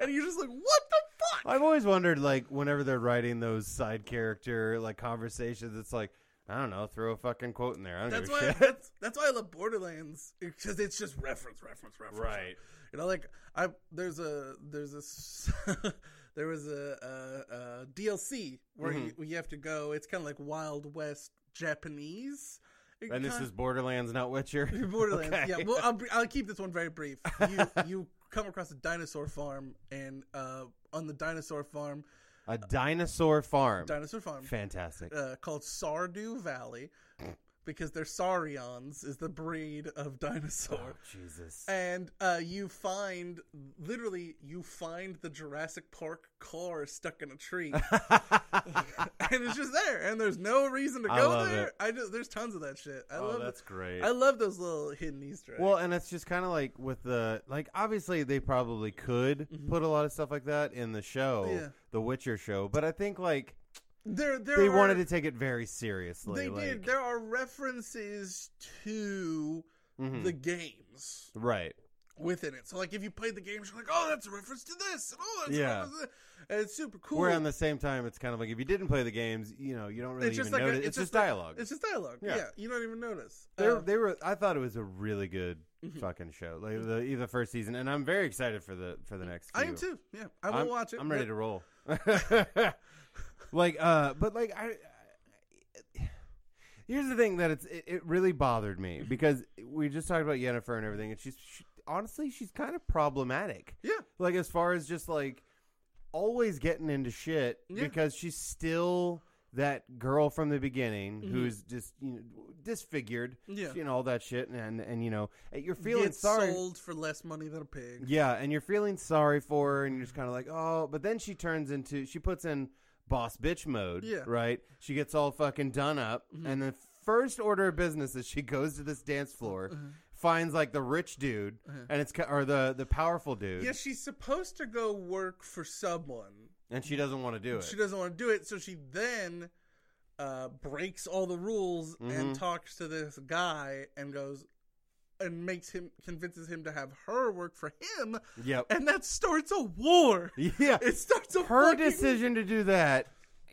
Speaker 2: and you're just like, "What the fuck?"
Speaker 1: I've always wondered like whenever they're writing those side character like conversations it's like I don't know, throw a fucking quote in there. I don't
Speaker 2: That's
Speaker 1: give a
Speaker 2: why
Speaker 1: shit.
Speaker 2: that's, that's why I love Borderlands because it's just reference, reference, reference.
Speaker 1: Right.
Speaker 2: You know, like I there's a there's a s- there was a, a, a DLC where
Speaker 1: Mm-hmm.
Speaker 2: you, where you have to go. It's kind of like Wild West Japanese. It
Speaker 1: And this
Speaker 2: kinda-
Speaker 1: is Borderlands, not Witcher.
Speaker 2: Borderlands.
Speaker 1: Okay.
Speaker 2: Yeah. Well, I'll, br- I'll keep this one very brief. You you come across a dinosaur farm, and uh, on the dinosaur farm,
Speaker 1: a dinosaur farm.
Speaker 2: dinosaur farm,
Speaker 1: Fantastic.
Speaker 2: uh, called Sardu Valley because they're saurians is the breed of
Speaker 1: Oh,
Speaker 2: dinosaur.
Speaker 1: Jesus.
Speaker 2: And uh, you find, literally, you find the Jurassic Park car stuck in a tree, and it's just there. And there's no reason to
Speaker 1: I
Speaker 2: go
Speaker 1: love
Speaker 2: there.
Speaker 1: it.
Speaker 2: I just there's tons of that shit. I
Speaker 1: oh,
Speaker 2: love
Speaker 1: that's great.
Speaker 2: I love those little hidden Easter eggs.
Speaker 1: Well, and it's just kind of like with the like obviously they probably could put a lot of stuff like that in the show,
Speaker 2: Mm-hmm. Yeah.
Speaker 1: the Witcher show, but I think like
Speaker 2: there, there
Speaker 1: they
Speaker 2: are,
Speaker 1: wanted to take it very seriously.
Speaker 2: They
Speaker 1: like-
Speaker 2: did. There are references to
Speaker 1: Mhm.
Speaker 2: the games.
Speaker 1: right.
Speaker 2: within it. So like if you played the games, you're like, oh, that's a reference to this, and oh, that's
Speaker 1: Yeah.
Speaker 2: a reference to that. And it's super cool.
Speaker 1: Where on the same time, it's kind of like if you didn't play the games, you know, you don't really
Speaker 2: it's
Speaker 1: even
Speaker 2: just like a-
Speaker 1: notice. it's, just
Speaker 2: like-
Speaker 1: dialogue.
Speaker 2: it's just dialogue. Yeah.
Speaker 1: Yeah.
Speaker 2: you don't even notice.
Speaker 1: They
Speaker 2: Uh, Mm-hmm.
Speaker 1: they were. I thought it was a really good fucking show, like the e, the first season, and I'm very excited for the for the next. Few.
Speaker 2: I am too. Yeah, I will
Speaker 1: I'm-
Speaker 2: watch it.
Speaker 1: I'm ready
Speaker 2: but-
Speaker 1: to roll. like, uh, but like, I. I- Here's the thing that it's it, it really bothered me
Speaker 2: Mm-hmm.
Speaker 1: because we just talked about Yennefer and everything, and she's she, honestly she's kind of problematic.
Speaker 2: Yeah,
Speaker 1: Like as far as just like always getting into shit
Speaker 2: Yeah.
Speaker 1: because she's still that girl from the beginning who's just you know disfigured,
Speaker 2: Mm-hmm. Yeah.
Speaker 1: you know all that shit, and and, and you know you're feeling
Speaker 2: Gets
Speaker 1: sorry.
Speaker 2: sold for less money than a pig.
Speaker 1: Yeah, and you're feeling sorry for her, and you're just kind of like, oh. But then she turns into she puts in boss bitch mode.
Speaker 2: Yeah. Mm-hmm.
Speaker 1: right. She gets all fucking done up, and the first order of business is she goes to this dance
Speaker 2: Uh-huh.
Speaker 1: floor, finds like the rich dude, and it's ki- or the the powerful dude,
Speaker 2: Yeah, she's supposed to go work for someone.
Speaker 1: and she doesn't want to do it.
Speaker 2: She doesn't want to do it, so she then uh, breaks all the rules
Speaker 1: Mm-hmm.
Speaker 2: and talks to this guy and goes and makes him convinces him to have her work for him.
Speaker 1: Yep.
Speaker 2: and that starts a war.
Speaker 1: yeah,
Speaker 2: It starts a
Speaker 1: her
Speaker 2: fucking-
Speaker 1: decision to do that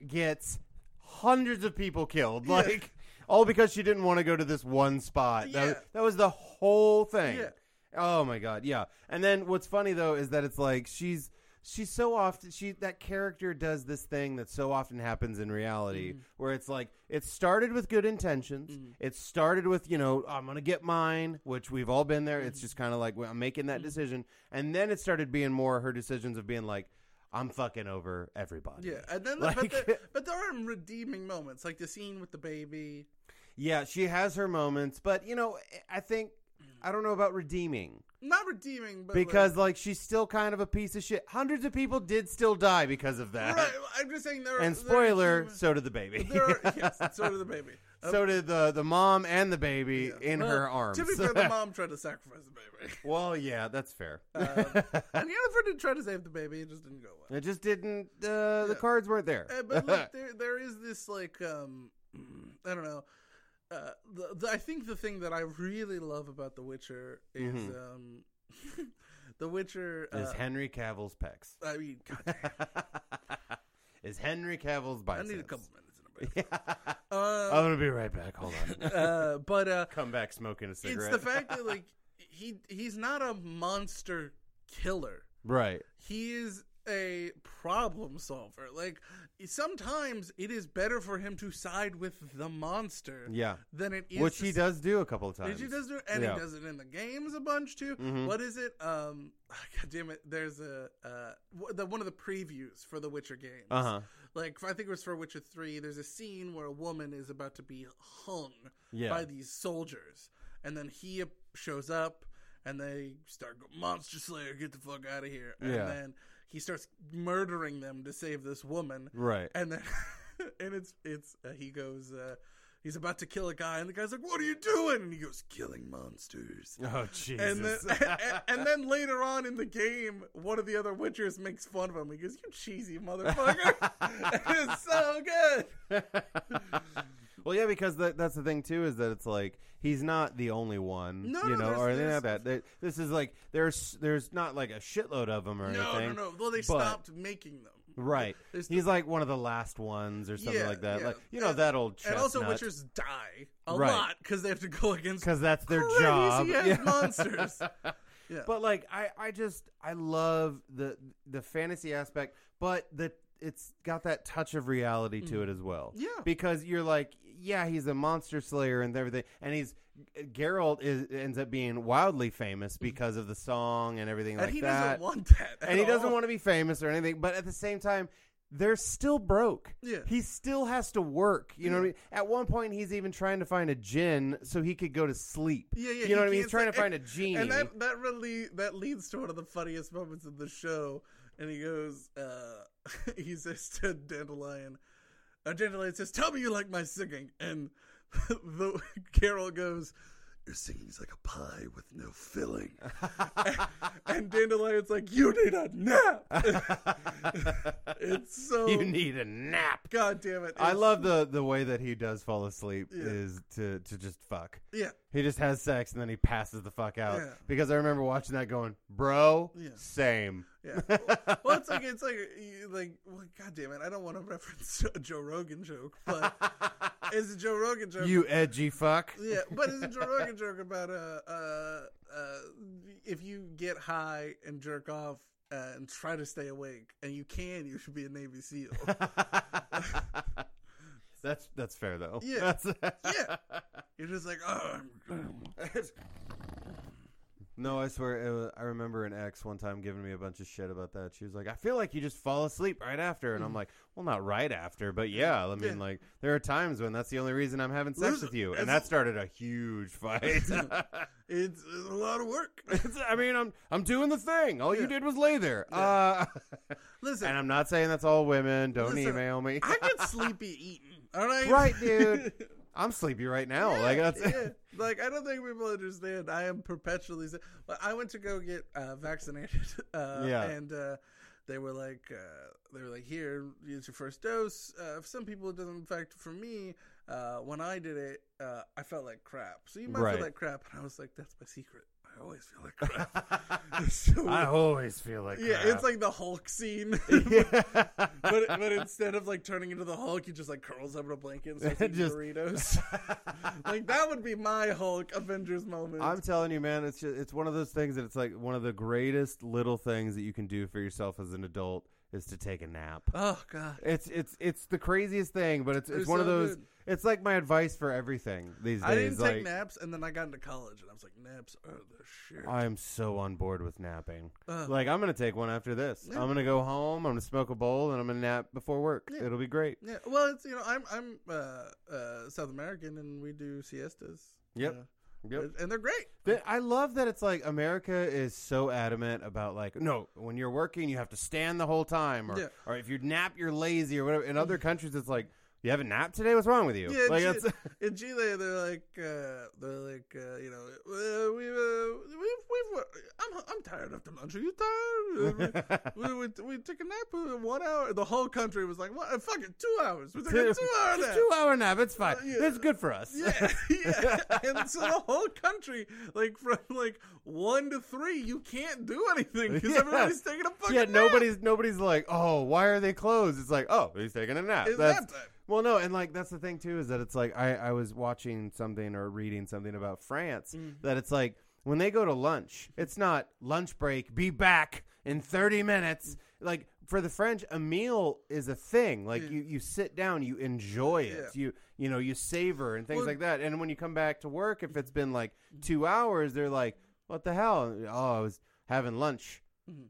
Speaker 1: gets hundreds of people killed.
Speaker 2: Yeah.
Speaker 1: Like all because she didn't want to go to this one spot. That, was,
Speaker 2: Yeah.
Speaker 1: that was the whole thing.
Speaker 2: Yeah.
Speaker 1: Oh my god, yeah. And then what's funny though is that it's like she's she's so often she that character does this thing that so often happens in
Speaker 2: Mm-hmm.
Speaker 1: reality where it's like it started with good intentions. It started with, you know, I'm going to get mine, which we've all been there.
Speaker 2: Mm-hmm.
Speaker 1: It's just kind of like well, I'm making that decision. And then it started being more her decisions of being like I'm fucking over everybody.
Speaker 2: Yeah, and then
Speaker 1: Like-
Speaker 2: but, there, but there are redeeming moments, like the scene with the baby.
Speaker 1: Yeah, she has her moments, but you know, I think I don't know about redeeming
Speaker 2: Not redeeming, but like-
Speaker 1: because like she's still kind of a piece of shit. Hundreds of people did still die because of that.
Speaker 2: right, I'm just saying there. are-
Speaker 1: And
Speaker 2: there are
Speaker 1: spoiler,
Speaker 2: human-
Speaker 1: so did the baby.
Speaker 2: there are, yes, and so did the baby. Um,
Speaker 1: so did the the mom and the baby in
Speaker 2: well,
Speaker 1: her arms.
Speaker 2: To be fair, the mom tried to sacrifice the baby.
Speaker 1: well, yeah, that's fair.
Speaker 2: And Yennefer did try to save the baby; it just didn't go well.
Speaker 1: it just didn't. Uh, The cards weren't there.
Speaker 2: Uh, but like, there, there is this like um, I don't know. Uh, the, the, I think the thing that I really love about The Witcher is um, The Witcher. Uh,
Speaker 1: Mm-hmm. is Henry Cavill's pecs?
Speaker 2: I mean, goddamn,
Speaker 1: is Henry Cavill's
Speaker 2: I
Speaker 1: biceps?
Speaker 2: need a couple minutes in a break. Uh,
Speaker 1: I'm gonna be right back. Hold on.
Speaker 2: uh, but uh,
Speaker 1: Come back smoking a
Speaker 2: it's
Speaker 1: Oh. cigarette.
Speaker 2: the fact that like he he's not a monster killer.
Speaker 1: right.
Speaker 2: He is a problem solver. Like sometimes it is better for him to side with the monster
Speaker 1: Yeah.
Speaker 2: than it is
Speaker 1: Which
Speaker 2: to
Speaker 1: he does do a couple of times.
Speaker 2: Did you does do and
Speaker 1: Yeah. Mm-hmm.
Speaker 2: he does it in the games a bunch too. What is it? Um, God damn it! There's a uh, w- the one of the previews for the Witcher games.
Speaker 1: Uh-huh.
Speaker 2: Like I think it was for Witcher Three. There's a scene where a woman is about to be hung
Speaker 1: Yeah.
Speaker 2: by these soldiers, and then he ap- shows up, and they start go, Monster Slayer, get the fuck out of here! And
Speaker 1: Yeah.
Speaker 2: then he starts murdering them to save this woman
Speaker 1: Right.
Speaker 2: and then and it's it's uh, he goes uh he's about to kill a guy and the guy's like what are you doing and he goes killing monsters
Speaker 1: oh Jesus.
Speaker 2: and then and, and then later on in the game one of the other witchers makes fun of him he goes you cheesy motherfucker it's so good
Speaker 1: well, yeah, because that that's the thing too is that it's like he's not the only one,
Speaker 2: No,
Speaker 1: you
Speaker 2: no,
Speaker 1: know,
Speaker 2: there's-
Speaker 1: or anything like
Speaker 2: there's-
Speaker 1: that. There- This is like there's there's not like a shitload of them or
Speaker 2: no no
Speaker 1: anything.
Speaker 2: no well they
Speaker 1: but-
Speaker 2: stopped making them
Speaker 1: Right,
Speaker 2: There's the-
Speaker 1: he's like one of the last ones or something
Speaker 2: Yeah,
Speaker 1: like that.
Speaker 2: yeah.
Speaker 1: Like you know
Speaker 2: And-
Speaker 1: that old
Speaker 2: and
Speaker 1: chestnut.
Speaker 2: also witchers die a
Speaker 1: Right.
Speaker 2: lot because they have to go against
Speaker 1: because that's their
Speaker 2: crazy
Speaker 1: job.
Speaker 2: ass
Speaker 1: Yeah.
Speaker 2: monsters Yeah.
Speaker 1: But like I, I just I love the the fantasy aspect, but the it's got that touch of reality
Speaker 2: Mm.
Speaker 1: to it as well.
Speaker 2: Yeah.
Speaker 1: Because you're like, yeah, he's a monster slayer and everything, and he's Geralt is ends up being wildly famous because of the song and everything
Speaker 2: Mm-hmm. and
Speaker 1: like
Speaker 2: he
Speaker 1: that.
Speaker 2: doesn't want that at
Speaker 1: and he doesn't
Speaker 2: all.
Speaker 1: want to be famous or anything, but at the same time, they're still broke.
Speaker 2: Yeah.
Speaker 1: He still has to work. You know what I mean? At one point he's even trying to find a gin so he could go to sleep.
Speaker 2: Yeah, yeah.
Speaker 1: You know what I mean?
Speaker 2: he can't
Speaker 1: He's trying to
Speaker 2: say-
Speaker 1: find a
Speaker 2: and-
Speaker 1: genie.
Speaker 2: And that that really that leads to one of the funniest moments of the show. And he goes, uh, he says to Dandelion, uh, Dandelion says, "Tell me you like my singing." And the Carol goes, "Your singing's like a pie with no filling." and Dandelion's like, "You need a nap." it's so
Speaker 1: you need a nap.
Speaker 2: god damn it.
Speaker 1: I
Speaker 2: Oh. It's-
Speaker 1: love the the way that he does fall asleep is to to just fuck.
Speaker 2: yeah.
Speaker 1: He just has sex and then he passes the fuck out.
Speaker 2: Yeah.
Speaker 1: Because I remember watching that going, bro,
Speaker 2: Yeah.
Speaker 1: same.
Speaker 2: Yeah. Well, well, it's like it's like you- like well, God damn it! I don't want to reference a Joe Rogan joke, but it's a Joe Rogan joke.
Speaker 1: You edgy fuck.
Speaker 2: yeah, but it's a Joe Rogan joke about uh, uh uh if you get high and jerk off uh, and try to stay awake, and you can, you should be a Navy SEAL.
Speaker 1: That's that's fair though.
Speaker 2: Yeah.
Speaker 1: That's-
Speaker 2: yeah, you're just like oh, I'm-
Speaker 1: No, I swear. It was, I remember an ex one time giving me a bunch of shit about that. She was like, "I feel like you just fall asleep right after," and I'm like, "Well, not right after, but yeah. I mean,
Speaker 2: Mm-hmm. Yeah.
Speaker 1: like, there are times when that's the only reason I'm having sex
Speaker 2: Listen,
Speaker 1: with you, and
Speaker 2: it's-
Speaker 1: that started a huge fight.
Speaker 2: it's, it's a lot of work.
Speaker 1: It's- I mean, I'm I'm doing the thing. All you did was lay there. Uh,
Speaker 2: Listen,
Speaker 1: and I'm not saying that's all women. Don't
Speaker 2: Listen,
Speaker 1: email me.
Speaker 2: I get sleepy eating. All right,
Speaker 1: right, dude. I'm sleepy right now. like that's
Speaker 2: yeah. Like I don't think people understand. I am perpetually. si- Like, I went to go get uh, vaccinated, uh,
Speaker 1: Yeah.
Speaker 2: and uh, they were like, uh, they were like, here, use your first dose. Uh, for some people, it doesn't. In fact, for me, uh, when I did it, uh, I felt like crap. So you might
Speaker 1: Right.
Speaker 2: feel like crap, and I was like, that's my secret. I always feel like crap. It's so
Speaker 1: I
Speaker 2: weird.
Speaker 1: always feel like
Speaker 2: yeah,
Speaker 1: crap.
Speaker 2: it's like the Hulk scene.
Speaker 1: Yeah.
Speaker 2: But, but instead of like turning into the Hulk, he just like curls up in a blanket and starts eating
Speaker 1: Just-
Speaker 2: Doritos. like that would be my Hulk Avengers moment.
Speaker 1: I'm telling you, man, it's just, it's one of those things that it's like one of the greatest little things that you can do for yourself as an adult is to take a nap.
Speaker 2: oh god.
Speaker 1: It's it's it's the craziest thing, but it's it's
Speaker 2: They're
Speaker 1: one of
Speaker 2: so
Speaker 1: those.
Speaker 2: good.
Speaker 1: It's like my advice for everything these days.
Speaker 2: I didn't
Speaker 1: like
Speaker 2: take naps, and then I got into college, and I was like, naps are the shit.
Speaker 1: I'm so on board with napping.
Speaker 2: Ugh.
Speaker 1: like I'm gonna take one after this. I'm gonna go home. I'm gonna smoke a bowl, and I'm gonna nap before work. It'll be great.
Speaker 2: yeah, well, it's you know, I'm I'm uh, uh, South American, and we do siestas.
Speaker 1: Yep.
Speaker 2: you know.
Speaker 1: Yep.
Speaker 2: and they're great.
Speaker 1: Th- I love that it's like America is so adamant about like no, when you're working you have to stand the whole time, or
Speaker 2: Yeah. Mm-hmm.
Speaker 1: or if you nap you're lazy or whatever. In other countries it's like you haven't napped today. What's wrong with you?
Speaker 2: Yeah,
Speaker 1: like
Speaker 2: gee-
Speaker 1: it's,
Speaker 2: in Chile, they're like, uh, they're like, uh, you know, uh, we, uh, we've, we've, uh, I'm, I'm tired after lunch. Are you tired? Uh, We, we, we, we took a nap uh, one hour. The whole country was like, what? Uh, Fuck it, two hours. We took a two hour nap.
Speaker 1: two hour nap. It's fine.
Speaker 2: Uh, yeah.
Speaker 1: It's good for us.
Speaker 2: yeah, yeah. And so the whole country, like from like one to three, you can't do anything because
Speaker 1: Yeah.
Speaker 2: everybody's taking a fucking
Speaker 1: yeah,
Speaker 2: nap.
Speaker 1: nobody's nobody's like, oh, why are they closed? It's like, oh, he's taking a nap.
Speaker 2: It's
Speaker 1: That's-
Speaker 2: nap time.
Speaker 1: Well, no, and like that's the thing too is that it's like I I was watching something or reading something about France
Speaker 2: Mm-hmm.
Speaker 1: that it's like when they go to lunch, it's not lunch break, be back in thirty minutes. Like for the French, a meal is a thing. Like
Speaker 2: Mm-hmm. Yeah.
Speaker 1: you you sit down, you enjoy it,
Speaker 2: Yeah.
Speaker 1: you you know you savor and things
Speaker 2: Well- Mm-hmm.
Speaker 1: like that. And when you come back to work, if it's been like two hours, they're like, what the hell? Oh, I was having lunch.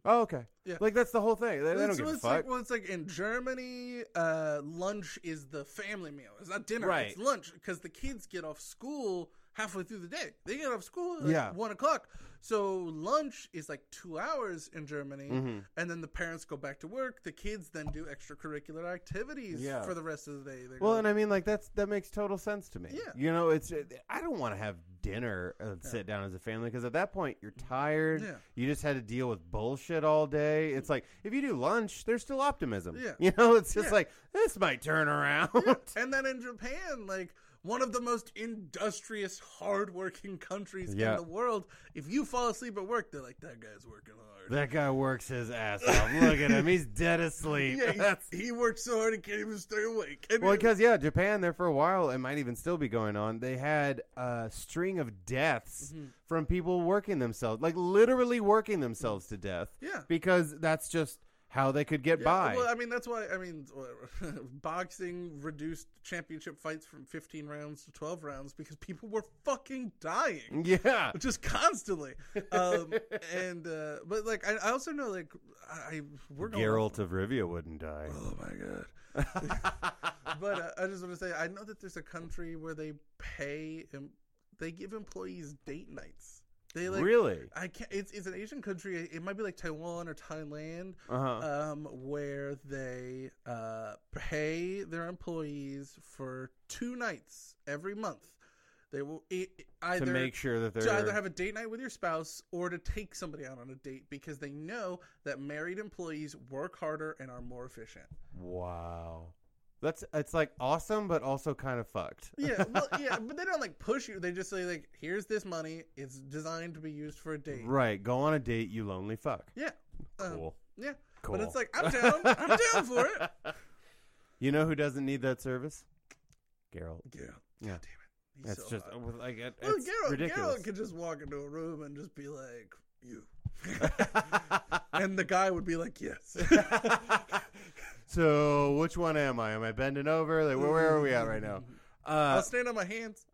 Speaker 1: Oh, okay.
Speaker 2: Mm-hmm. Yeah.
Speaker 1: Like that's the whole thing. They, they don't
Speaker 2: It's-
Speaker 1: give a
Speaker 2: it's
Speaker 1: fuck.
Speaker 2: Like, well, it's like in Germany, uh, lunch is the family meal. It's not dinner.
Speaker 1: Right.
Speaker 2: It's lunch because the kids get off school halfway through the day. They get off school at like,
Speaker 1: Yeah.
Speaker 2: one o'clock. So lunch is like two hours in Germany,
Speaker 1: Mm-hmm.
Speaker 2: and then the parents go back to work. The kids then do extracurricular activities
Speaker 1: Yeah.
Speaker 2: for the rest of the day. They
Speaker 1: Well,
Speaker 2: go-
Speaker 1: and I mean, like that's that makes total sense to me.
Speaker 2: Yeah.
Speaker 1: you know, it's I don't want to have dinner and sit down as a family because at that point you're tired.
Speaker 2: Yeah.
Speaker 1: you just had to deal with bullshit all day. It's like if you do lunch, there's still optimism.
Speaker 2: Yeah.
Speaker 1: you know, it's just
Speaker 2: Yeah.
Speaker 1: like this might turn around.
Speaker 2: And then in Japan, like one of the most industrious, hardworking countries
Speaker 1: Yeah.
Speaker 2: in the world, if you fall asleep at work, they're like, "That guy's working hard."
Speaker 1: that guy works his ass off. Look at him; he's dead asleep.
Speaker 2: Yeah, he, he worked so hard he can't even stay awake. And
Speaker 1: Well,
Speaker 2: it-
Speaker 1: because yeah, Japan there for a while, it might even still be going on. They had a string of deaths
Speaker 2: Mm-hmm.
Speaker 1: from people working themselves, like literally working themselves to death.
Speaker 2: Yeah.
Speaker 1: because that's just how they could get by.
Speaker 2: Well, I mean that's why I mean boxing reduced championship fights from 15 rounds to 12 rounds because people were fucking dying.
Speaker 1: yeah,
Speaker 2: just constantly, um, and uh, but like I, I also know like I I- we're going off-
Speaker 1: Geralt of Rivia wouldn't die.
Speaker 2: Oh my god! but uh, I just want to say I know that there's a country where they pay em- they give employees date nights. They like
Speaker 1: really?
Speaker 2: I can't. It's, it's an Asian country. It might be like Taiwan or Thailand,
Speaker 1: Uh-huh.
Speaker 2: um, where they uh, pay their employees for two nights every month. They will e- e- either
Speaker 1: to make sure that they're
Speaker 2: to either have a date night with your spouse or to take somebody out on a date because they know that married employees work harder and are more efficient.
Speaker 1: wow. That's it's like awesome, but also kind of fucked.
Speaker 2: Yeah, well, yeah, but they don't like push you. They just say like, "Here's this money. It's designed to be used for a date."
Speaker 1: Right. Go on a date, you lonely fuck.
Speaker 2: Yeah. Um,
Speaker 1: Cool.
Speaker 2: Yeah.
Speaker 1: Cool.
Speaker 2: But it's like I'm down. I'm down for it.
Speaker 1: You know who doesn't need that service? Geralt.
Speaker 2: Yeah.
Speaker 1: Yeah.
Speaker 2: God damn it. He's
Speaker 1: It's
Speaker 2: so
Speaker 1: just
Speaker 2: hot.
Speaker 1: like it,
Speaker 2: well,
Speaker 1: it's
Speaker 2: Geralt,
Speaker 1: ridiculous.
Speaker 2: Geralt could just walk into a room and just be like, "You," and the guy would be like, "Yes."
Speaker 1: so which one am I? Am I bending over? Like where, where are we at right now?
Speaker 2: I'll
Speaker 1: Uh,
Speaker 2: stand on my hands.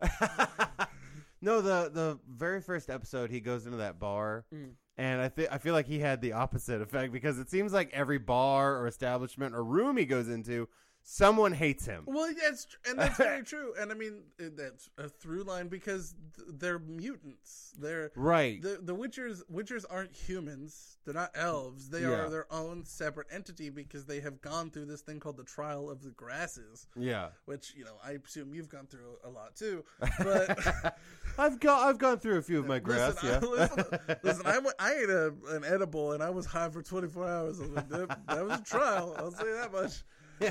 Speaker 1: no, the the very first episode he goes into that bar.
Speaker 2: Mm.
Speaker 1: And I think I feel like he had the opposite effect because it seems like every bar or establishment or room he goes into, someone hates him.
Speaker 2: Well, that's tr- and that's very true. And I mean, uh, that's a through line because th- they're mutants. They're
Speaker 1: Right.
Speaker 2: The the Witchers Witchers aren't humans. They're not elves. They
Speaker 1: Yeah.
Speaker 2: are their own separate entity because they have gone through this thing called the Trial of the Grasses,
Speaker 1: yeah.
Speaker 2: which you know I assume you've gone through a lot too. But
Speaker 1: I've got I've gone through a few of my grass,
Speaker 2: listen,
Speaker 1: yeah.
Speaker 2: I, listen, listen, I, went- I ate a, an edible and I was high for 24 hours. I was like, that, that was a trial. I'll say that much.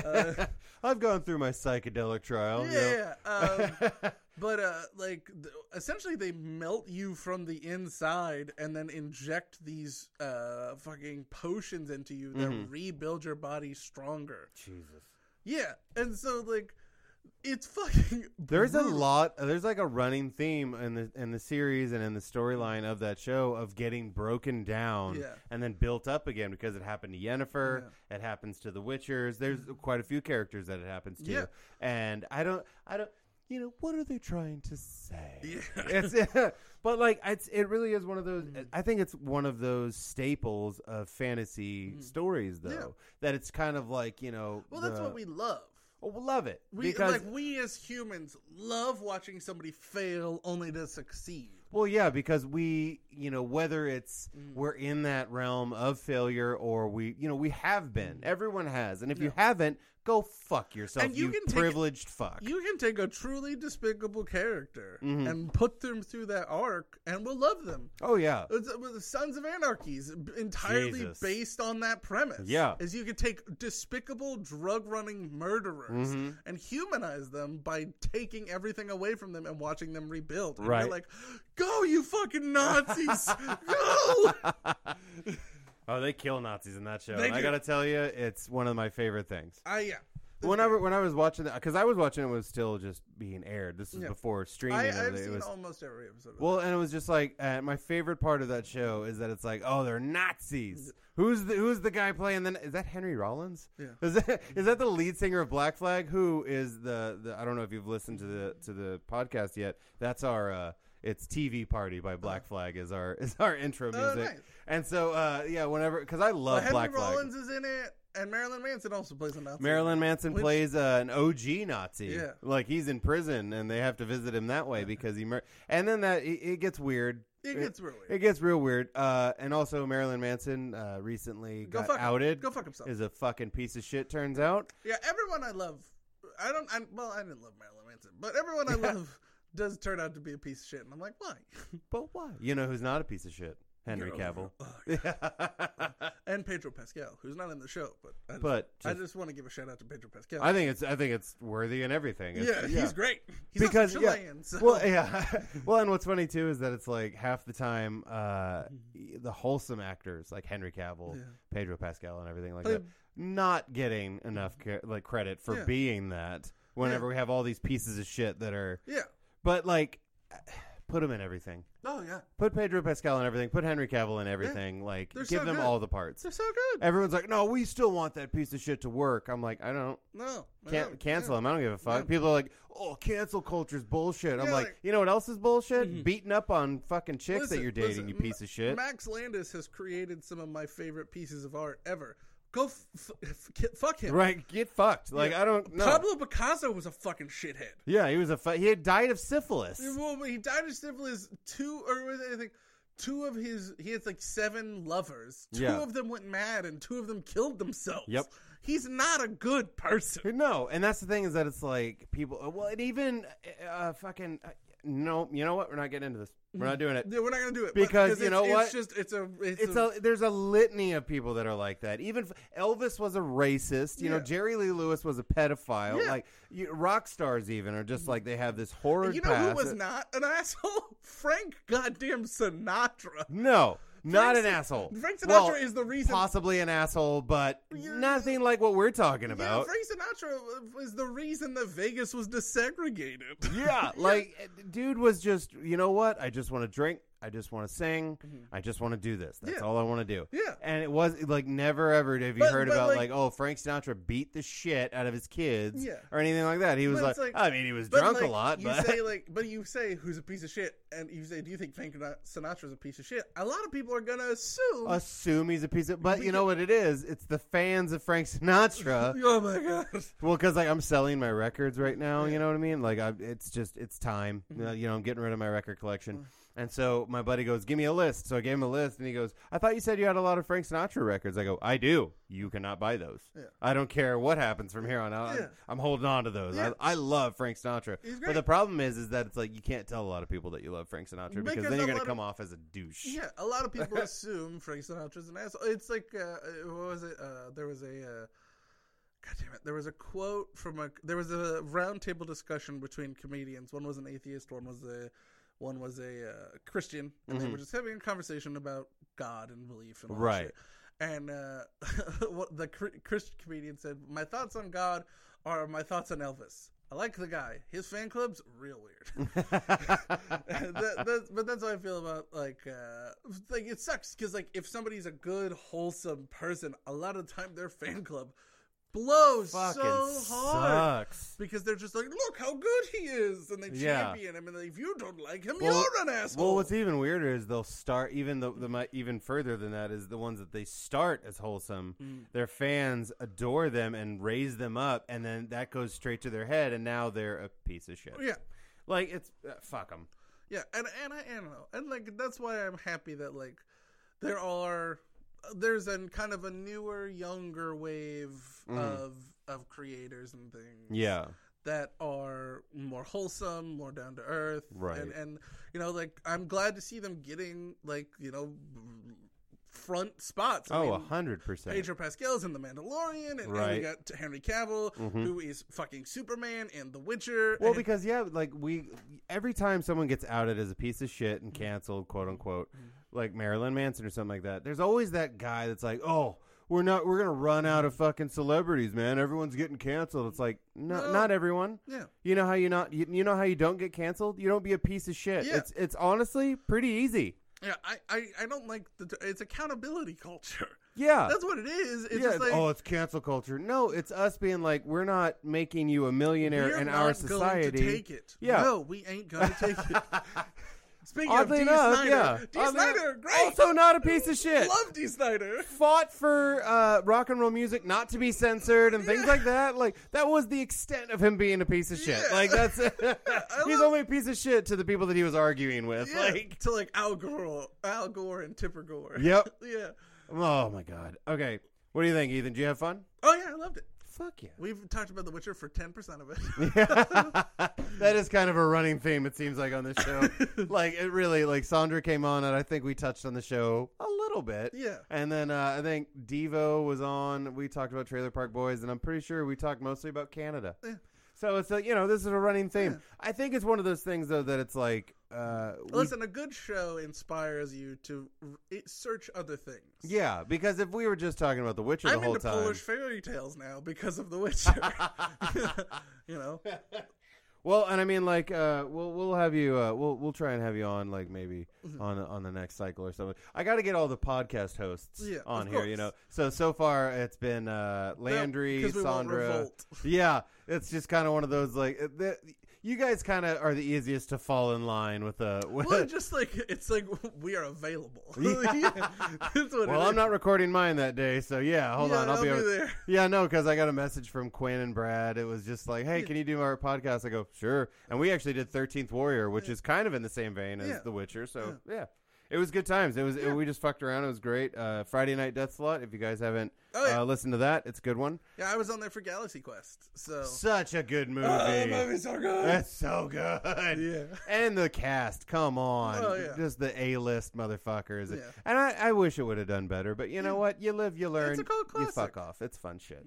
Speaker 2: Uh,
Speaker 1: I've gone through my psychedelic trial. you know.
Speaker 2: yeah. Um, But uh, like th- essentially, they melt you from the inside and then inject these uh, fucking potions into you that
Speaker 1: Mm-hmm.
Speaker 2: rebuild your body stronger.
Speaker 1: Jesus.
Speaker 2: Yeah, and so like it's fucking.
Speaker 1: There's a
Speaker 2: brutal.
Speaker 1: lot. There's like a running theme in the in the series and in the storyline of that show of getting broken down
Speaker 2: Yeah.
Speaker 1: and then built up again because it happened to Yennefer. It happens to the Witchers. There's quite a few characters that it happens to,
Speaker 2: Mm-hmm. Yeah.
Speaker 1: and I don't, I don't, you know, what are they trying to say?
Speaker 2: Yeah.
Speaker 1: It's, but like it's it really is one of those.
Speaker 2: Mm-hmm.
Speaker 1: I think it's one of those staples of fantasy stories, though. That it's kind of like you know,
Speaker 2: Mm-hmm. Well, that's
Speaker 1: the-
Speaker 2: what we love.
Speaker 1: Well, we love it
Speaker 2: We
Speaker 1: because
Speaker 2: like we as humans love watching somebody fail only to succeed.
Speaker 1: Well, yeah, because we, you know, whether it's
Speaker 2: Mm.
Speaker 1: we're in that realm of failure or we, you know, we have been. Everyone has. And if you
Speaker 2: Mm. Yeah.
Speaker 1: haven't, go fuck yourself,
Speaker 2: And
Speaker 1: you,
Speaker 2: you can take-
Speaker 1: privileged fuck.
Speaker 2: You can take a truly despicable character
Speaker 1: Mhm.
Speaker 2: and put them through that arc, and we'll love them.
Speaker 1: oh, yeah.
Speaker 2: It's- it was The Sons of Anarchy is b- entirely
Speaker 1: Jesus.
Speaker 2: based on that premise.
Speaker 1: Yeah.
Speaker 2: is you could take despicable drug running murderers
Speaker 1: Mhm.
Speaker 2: and humanize them by taking everything away from them and watching them rebuild. And you're
Speaker 1: Right.
Speaker 2: like, go you fucking Nazis, go!
Speaker 1: oh, they kill Nazis in that show.
Speaker 2: They
Speaker 1: And I
Speaker 2: do.
Speaker 1: got to tell you, it's one of my favorite things.
Speaker 2: I yeah.
Speaker 1: When I, when I was watching that, because I was watching it, it was still just being aired. This was
Speaker 2: Yeah.
Speaker 1: before streaming.
Speaker 2: I,
Speaker 1: and
Speaker 2: I've
Speaker 1: everything.
Speaker 2: seen
Speaker 1: it was,
Speaker 2: almost every episode. Of
Speaker 1: Well, and it was just like uh, my favorite part of that show is that it's like, oh, they're Nazis. Who's the who's the guy playing? Then is that Henry Rollins?
Speaker 2: Yeah.
Speaker 1: Is that is that the lead singer of Black Flag? Who is the, the I don't know if you've listened to the to the podcast yet. That's our uh, it's TV party by Black Flag is our is our intro
Speaker 2: Uh-huh. Oh,
Speaker 1: music.
Speaker 2: nice.
Speaker 1: And so uh, yeah, whenever because I
Speaker 2: Well,
Speaker 1: love
Speaker 2: Henry
Speaker 1: Black Flag.
Speaker 2: Rollins is in it, and Marilyn Manson also plays a Nazi.
Speaker 1: Marilyn Manson
Speaker 2: Which-
Speaker 1: plays uh, an OG Nazi.
Speaker 2: Yeah.
Speaker 1: Like he's in prison and they have to visit him that way because he mur- and then that it, it gets weird.
Speaker 2: It gets really
Speaker 1: It gets real weird. Uh, and also Marilyn Manson uh, recently
Speaker 2: Go
Speaker 1: got
Speaker 2: fuck him.
Speaker 1: outed.
Speaker 2: Go fuck himself.
Speaker 1: Is a fucking piece of shit. Turns out.
Speaker 2: yeah, everyone I love, I don't. I, well, I didn't love Marilyn Manson, but everyone I love does turn out to be a piece of shit, and I'm like, why?
Speaker 1: But why? You know who's not a piece of shit? Henry
Speaker 2: You're over
Speaker 1: Cavill.
Speaker 2: it. Ugh. and Pedro Pascal, who's not in the show, but I just,
Speaker 1: but
Speaker 2: I
Speaker 1: just-
Speaker 2: just want to give a shout out to Pedro Pascal.
Speaker 1: I think it's I think it's worthy and everything.
Speaker 2: yeah,
Speaker 1: It's-
Speaker 2: he's great. He's
Speaker 1: because
Speaker 2: also
Speaker 1: yeah,
Speaker 2: Chilean, so
Speaker 1: well, yeah, well, and what's funny too is that it's like half the time uh, the wholesome actors like Henry Cavill,
Speaker 2: Mm-hmm. Yeah.
Speaker 1: Pedro Pascal, and everything like
Speaker 2: They-
Speaker 1: that, not getting enough ca- like credit for
Speaker 2: Yeah.
Speaker 1: being that. Whenever we have all these pieces of shit that are,
Speaker 2: yeah.
Speaker 1: but like, put them in everything.
Speaker 2: Oh yeah,
Speaker 1: Put Pedro Pascal in everything. Put Henry Cavill in everything. Like,
Speaker 2: They're
Speaker 1: give
Speaker 2: so
Speaker 1: them
Speaker 2: good.
Speaker 1: all the parts.
Speaker 2: they're so good.
Speaker 1: Everyone's like, no, we still want that piece of shit to work. I'm like, I don't.
Speaker 2: No, I
Speaker 1: Can-
Speaker 2: don't-
Speaker 1: cancel them. I don't give a fuck.
Speaker 2: Yeah.
Speaker 1: People are like, "Oh, cancel culture's bullshit." I'm
Speaker 2: Yeah,
Speaker 1: like,
Speaker 2: like- Mm-hmm.
Speaker 1: you know what else is bullshit? Beating up on fucking chicks that
Speaker 2: Listen,
Speaker 1: you're dating,
Speaker 2: listen,
Speaker 1: you
Speaker 2: Ma-
Speaker 1: piece of shit.
Speaker 2: Max Landis has created some of my favorite pieces of art ever. Go f- f- f- fuck him.
Speaker 1: right? Get fucked. Like I don't know.
Speaker 2: Pablo Picasso was a fucking shithead.
Speaker 1: yeah, he was a fu- he had died of syphilis.
Speaker 2: Well, but he died of syphilis. Two or was it, I think two of his he had like seven lovers. Two
Speaker 1: Yeah.
Speaker 2: of them went mad, and two of them killed themselves.
Speaker 1: Yep.
Speaker 2: He's not a good person.
Speaker 1: No, and that's the thing is that it's like people. Well, and even uh, fucking uh, no. You know what? We're not getting into this. We're not doing it.
Speaker 2: Yeah, we're not gonna do it but-
Speaker 1: Because you
Speaker 2: it's,
Speaker 1: know
Speaker 2: it's
Speaker 1: what?
Speaker 2: just it's a it's,
Speaker 1: It's
Speaker 2: a,
Speaker 1: a there's a litany of people that are like that. Even f- Elvis was a racist. You know,
Speaker 2: Yeah.
Speaker 1: Jerry Lee Lewis was a pedophile.
Speaker 2: Yeah.
Speaker 1: Like you, rock stars, even are just like they have this horror.
Speaker 2: you know who was not an asshole? Frank goddamn Sinatra.
Speaker 1: No, not
Speaker 2: Frank
Speaker 1: an
Speaker 2: Sin-
Speaker 1: asshole.
Speaker 2: Frank Sinatra
Speaker 1: Well,
Speaker 2: is the reason.
Speaker 1: possibly an asshole, but nothing like what we're talking
Speaker 2: yeah,
Speaker 1: about.
Speaker 2: Frank Sinatra was the reason that Vegas was desegregated.
Speaker 1: Yeah, like eh, dude was just, you know what? I just want to drink. I just want to sing. I just want to do this. That's
Speaker 2: Mm-hmm. Yeah.
Speaker 1: all I want to do.
Speaker 2: Yeah.
Speaker 1: And it was like never ever have you
Speaker 2: But-
Speaker 1: heard
Speaker 2: but,
Speaker 1: about like,
Speaker 2: like-
Speaker 1: oh Frank Sinatra beat the shit out of his kids
Speaker 2: Yeah.
Speaker 1: or anything like that. He was
Speaker 2: But
Speaker 1: like,
Speaker 2: it's like-
Speaker 1: I mean, he was
Speaker 2: But,
Speaker 1: drunk
Speaker 2: like,
Speaker 1: a lot,
Speaker 2: You
Speaker 1: but
Speaker 2: say like, but you say who's a piece of shit, and you say, do you think Frank Sinatra's a piece of shit? A lot of people are gonna assume.
Speaker 1: assume he's a piece of. But you know what it is? It's the fans of Frank Sinatra
Speaker 2: oh my god!
Speaker 1: Well, because like I'm selling my records right now, you know what I mean. Like I, it's just it's time. You
Speaker 2: Mm-hmm.
Speaker 1: know- You know, I'm getting rid of my record
Speaker 2: Mm.
Speaker 1: collection, and so my buddy goes, "Give me a list." So I gave him a list, and he goes, "I thought you said you had a lot of Frank Sinatra records." I go, "I do. You cannot buy those.
Speaker 2: Yeah.
Speaker 1: I don't care what happens from here on out. I'm-
Speaker 2: Yeah.
Speaker 1: I'm, holding on to those.
Speaker 2: Yeah.
Speaker 1: I, I love Frank Sinatra,
Speaker 2: He's
Speaker 1: but
Speaker 2: great.
Speaker 1: the problem is, is that it's like you can't tell a lot of people that you love Frank Sinatra because,
Speaker 2: Because
Speaker 1: then
Speaker 2: a
Speaker 1: you're gonna
Speaker 2: lot of-
Speaker 1: come off as a douche.
Speaker 2: Yeah, a lot of people assume Frank Sinatra's an asshole. It's like, uh, uh, what was it? Uh, there was a. Uh, God damn it! There was a quote from a. There was a roundtable discussion between comedians. One was an atheist. One was a. One was a uh, Christian, and they were just having a conversation about God and belief and all that
Speaker 1: Mm-hmm. Right.
Speaker 2: shit. And uh, what the cr- Christian comedian said, "My thoughts on God are my thoughts on Elvis. I like the guy. His fan club's real weird." that, that's, but that's how I feel about like uh, like it sucks because like if somebody's a good wholesome person, a lot of the time their fan club blows
Speaker 1: Fucking
Speaker 2: so hard
Speaker 1: sucks.
Speaker 2: because they're just like, look how good he is, and they
Speaker 1: Yeah.
Speaker 2: champion him, and they- if you don't like him,
Speaker 1: Well-
Speaker 2: you're an asshole.
Speaker 1: Well, what's even weirder is they'll start even the, the mi- even further than that is the ones that they start as wholesome. Their fans adore them and raise them up, and then that goes straight to their head, and now they're a piece of shit.
Speaker 2: yeah,
Speaker 1: Like it's uh, fuck them.
Speaker 2: yeah, and and I, I don't know, and like that's why I'm happy that like there are there's an kind of a newer, younger wave
Speaker 1: Mhm.
Speaker 2: of of creators and things.
Speaker 1: Yeah,
Speaker 2: that are more wholesome, more down to earth,
Speaker 1: Right.
Speaker 2: And and you know, like I'm glad to see them getting like you know front spots. I
Speaker 1: Oh,
Speaker 2: mean,
Speaker 1: a hundred percent.
Speaker 2: Pedro Pascal's in The Mandalorian, and, and
Speaker 1: Right.
Speaker 2: we got Henry Cavill,
Speaker 1: Mhm.
Speaker 2: who is fucking Superman and The Witcher.
Speaker 1: Well,
Speaker 2: and-
Speaker 1: because yeah, like we every time someone gets outed as a piece of shit and canceled, quote unquote, like Marilyn Manson or something like that, there's always that guy that's like, oh. We're not. We're gonna run out of fucking celebrities, man. Everyone's getting canceled. It's like, no.
Speaker 2: No.
Speaker 1: not everyone.
Speaker 2: yeah,
Speaker 1: You know how you not you, you know how you don't get canceled? You don't be a piece of shit.
Speaker 2: Yeah.
Speaker 1: It's it's honestly pretty easy.
Speaker 2: yeah, I, I, I don't like the it's accountability culture.
Speaker 1: Yeah.
Speaker 2: That's what it is. It's
Speaker 1: Uh, yeah,
Speaker 2: just
Speaker 1: it's-
Speaker 2: like
Speaker 1: oh, it's cancel culture. No, it's us being like we're not making you a millionaire
Speaker 2: we're
Speaker 1: in
Speaker 2: not
Speaker 1: our
Speaker 2: Going
Speaker 1: society.
Speaker 2: to take it.
Speaker 1: Yeah.
Speaker 2: No, we ain't going to take it. Speaking
Speaker 1: Oddly
Speaker 2: of D.
Speaker 1: enough,
Speaker 2: Snyder,
Speaker 1: yeah.
Speaker 2: D.
Speaker 1: Oddly enough-
Speaker 2: Snyder, great.
Speaker 1: Also not a piece of shit.
Speaker 2: Love D. Snyder.
Speaker 1: Fought for uh, rock and roll music not to be censored and things like that. Like that was the extent of him being a piece of shit.
Speaker 2: Yeah.
Speaker 1: Like that's he's
Speaker 2: love-
Speaker 1: only a piece of shit to the people that he was arguing with.
Speaker 2: Yeah,
Speaker 1: Like
Speaker 2: to like Al Gore, Al Gore and Tipper Gore.
Speaker 1: Yep.
Speaker 2: yeah.
Speaker 1: Oh my god. Okay. What do you think, Ethan? Do you have fun?
Speaker 2: Oh yeah, I loved it.
Speaker 1: Fuck yeah.
Speaker 2: We've talked about The Witcher for ten percent of it.
Speaker 1: that is kind of a running theme it seems like on this show like it really like sandra came on and i think we touched on the show a little bit
Speaker 2: Yeah.
Speaker 1: and then uh, i think devo was on we talked about trailer park boys and i'm pretty sure we talked mostly about canada
Speaker 2: Yeah.
Speaker 1: so it's like you know this is a running theme i think it's one of those things though that it's like uh we-
Speaker 2: Listen, a good show inspires you to r- it- search other things.
Speaker 1: yeah because if we were just talking about the witcher
Speaker 2: I'm
Speaker 1: the whole
Speaker 2: into
Speaker 1: time
Speaker 2: Polish fairy tales now because of The Witcher. you know,
Speaker 1: Well, and I mean, like, uh, we'll we'll have you. Uh, we'll we'll try and have you on, like, maybe
Speaker 2: Mm-hmm.
Speaker 1: on on the next cycle or something. I got to get all the podcast hosts
Speaker 2: Yeah,
Speaker 1: on
Speaker 2: of
Speaker 1: here. You know,
Speaker 2: course.
Speaker 1: so so far it's been uh, Landry,
Speaker 2: 'cause we won't
Speaker 1: Sandra.
Speaker 2: revolt.
Speaker 1: Yeah, it's just kind of one of those like uh, the, you guys kind of are the easiest to fall in line with uh, a. With,
Speaker 2: well, just like it's like we are available.
Speaker 1: Yeah.
Speaker 2: That's what
Speaker 1: well,
Speaker 2: it
Speaker 1: I'm
Speaker 2: is.
Speaker 1: not recording mine that day, so yeah. Hold
Speaker 2: Yeah,
Speaker 1: on, I'll, be, over-
Speaker 2: there.
Speaker 1: Yeah, no, because I got a message from Quinn and Brad. It was just like, "Hey, can you do our podcast?" I go, "Sure." And we actually did Thirteenth Warrior, which is kind of in the same vein as
Speaker 2: Yeah.
Speaker 1: The Witcher. So yeah. it was good times. It was we just fucked around. It was great. Uh, Friday Night Death Slot. If you guys haven't
Speaker 2: Oh, yeah.
Speaker 1: uh, listened to that, it's a good one.
Speaker 2: Yeah, I was on there for Galaxy Quest. So
Speaker 1: Such a good movie. Eh.
Speaker 2: Oh, that movie's so good.
Speaker 1: That's so good.
Speaker 2: Yeah.
Speaker 1: And the cast, come on.
Speaker 2: Oh, yeah.
Speaker 1: Just the A list motherfuckers.
Speaker 2: Yeah.
Speaker 1: And I, I wish it would have done better, but you know what? You live, you learn.
Speaker 2: It's a cult
Speaker 1: you
Speaker 2: classic. Mm-hmm.
Speaker 1: fuck off. It's fun shit.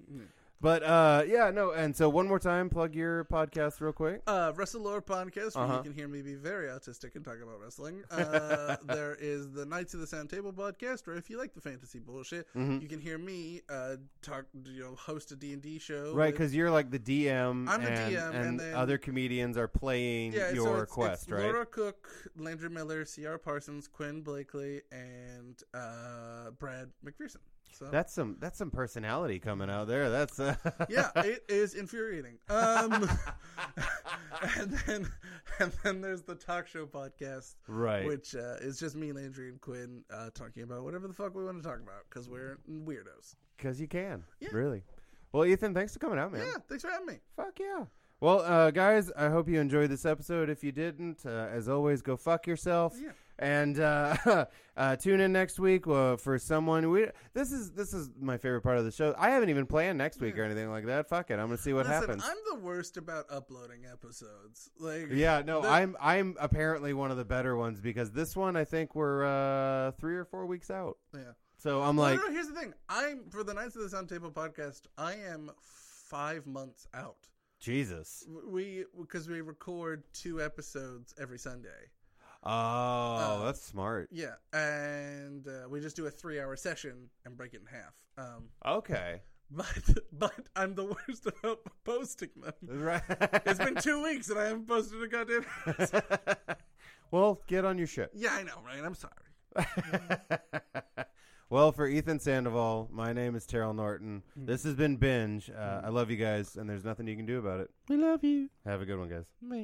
Speaker 1: But uh, yeah, no. And so, one more time, plug your podcast real quick.
Speaker 2: Uh, Wrestle Lore podcast, where
Speaker 1: Uh-huh.
Speaker 2: you can hear me be very autistic and talk about wrestling. Uh, there is the Knights of the Sound Table podcast, where if you like the fantasy bullshit,
Speaker 1: Mm-hmm.
Speaker 2: you can hear me uh, talk, you know, host a D and D show.
Speaker 1: Right,
Speaker 2: with-
Speaker 1: because you're like the DM,
Speaker 2: I'm the
Speaker 1: and,
Speaker 2: DM,
Speaker 1: and
Speaker 2: and then-
Speaker 1: other comedians are playing
Speaker 2: yeah, so
Speaker 1: your
Speaker 2: it's- it's
Speaker 1: quest, right?
Speaker 2: Laura Cook, Landry Miller, C.R. Parsons, Quinn Blakely, and uh, Brad McPherson. So
Speaker 1: That's some that's some personality coming out there. That's uh,
Speaker 2: yeah, it is infuriating. Um, and then and then there's the talk show podcast,
Speaker 1: Right.
Speaker 2: Which uh, is just me, Landry, and Quinn uh, talking about whatever the fuck we want to talk about because we're weirdos.
Speaker 1: because you can really. Well, Ethan, thanks for coming out, man.
Speaker 2: Yeah, thanks for having me.
Speaker 1: Fuck yeah. Well, uh, guys, I hope you enjoyed this episode. If you didn't, uh, as always, go fuck yourself.
Speaker 2: Yeah.
Speaker 1: And uh, uh, tune in next week uh, for someone. We this is this is my favorite part of the show. I haven't even planned next week or anything like that. Fuck it, I'm gonna see what
Speaker 2: Listen,
Speaker 1: happens.
Speaker 2: I'm the worst about uploading episodes. Like,
Speaker 1: yeah, no,
Speaker 2: the-
Speaker 1: I'm I'm apparently one of the better ones because this one I think we're uh, three or four weeks out.
Speaker 2: yeah.
Speaker 1: So I'm
Speaker 2: Like,
Speaker 1: like,
Speaker 2: no, no, here's the thing. I'm for the Knights of the Sound Table podcast. I am five months out.
Speaker 1: Jesus.
Speaker 2: We because we record two episodes every Sunday.
Speaker 1: Oh,
Speaker 2: Uh,
Speaker 1: that's smart.
Speaker 2: Yeah, and uh, we just do a three-hour session and break it in half. Um,
Speaker 1: Okay,
Speaker 2: but but I'm the worst about posting them.
Speaker 1: right.
Speaker 2: It's been two weeks and I haven't posted a goddamn. episode.
Speaker 1: well, get on your shit.
Speaker 2: yeah, I know, right? I'm sorry.
Speaker 1: well, Well, for Ethan Sandoval, my name is Terrell Norton. This has been Binge. Uh, I love you guys, and there's nothing you can do about it.
Speaker 3: We love you.
Speaker 1: Have a good one, guys.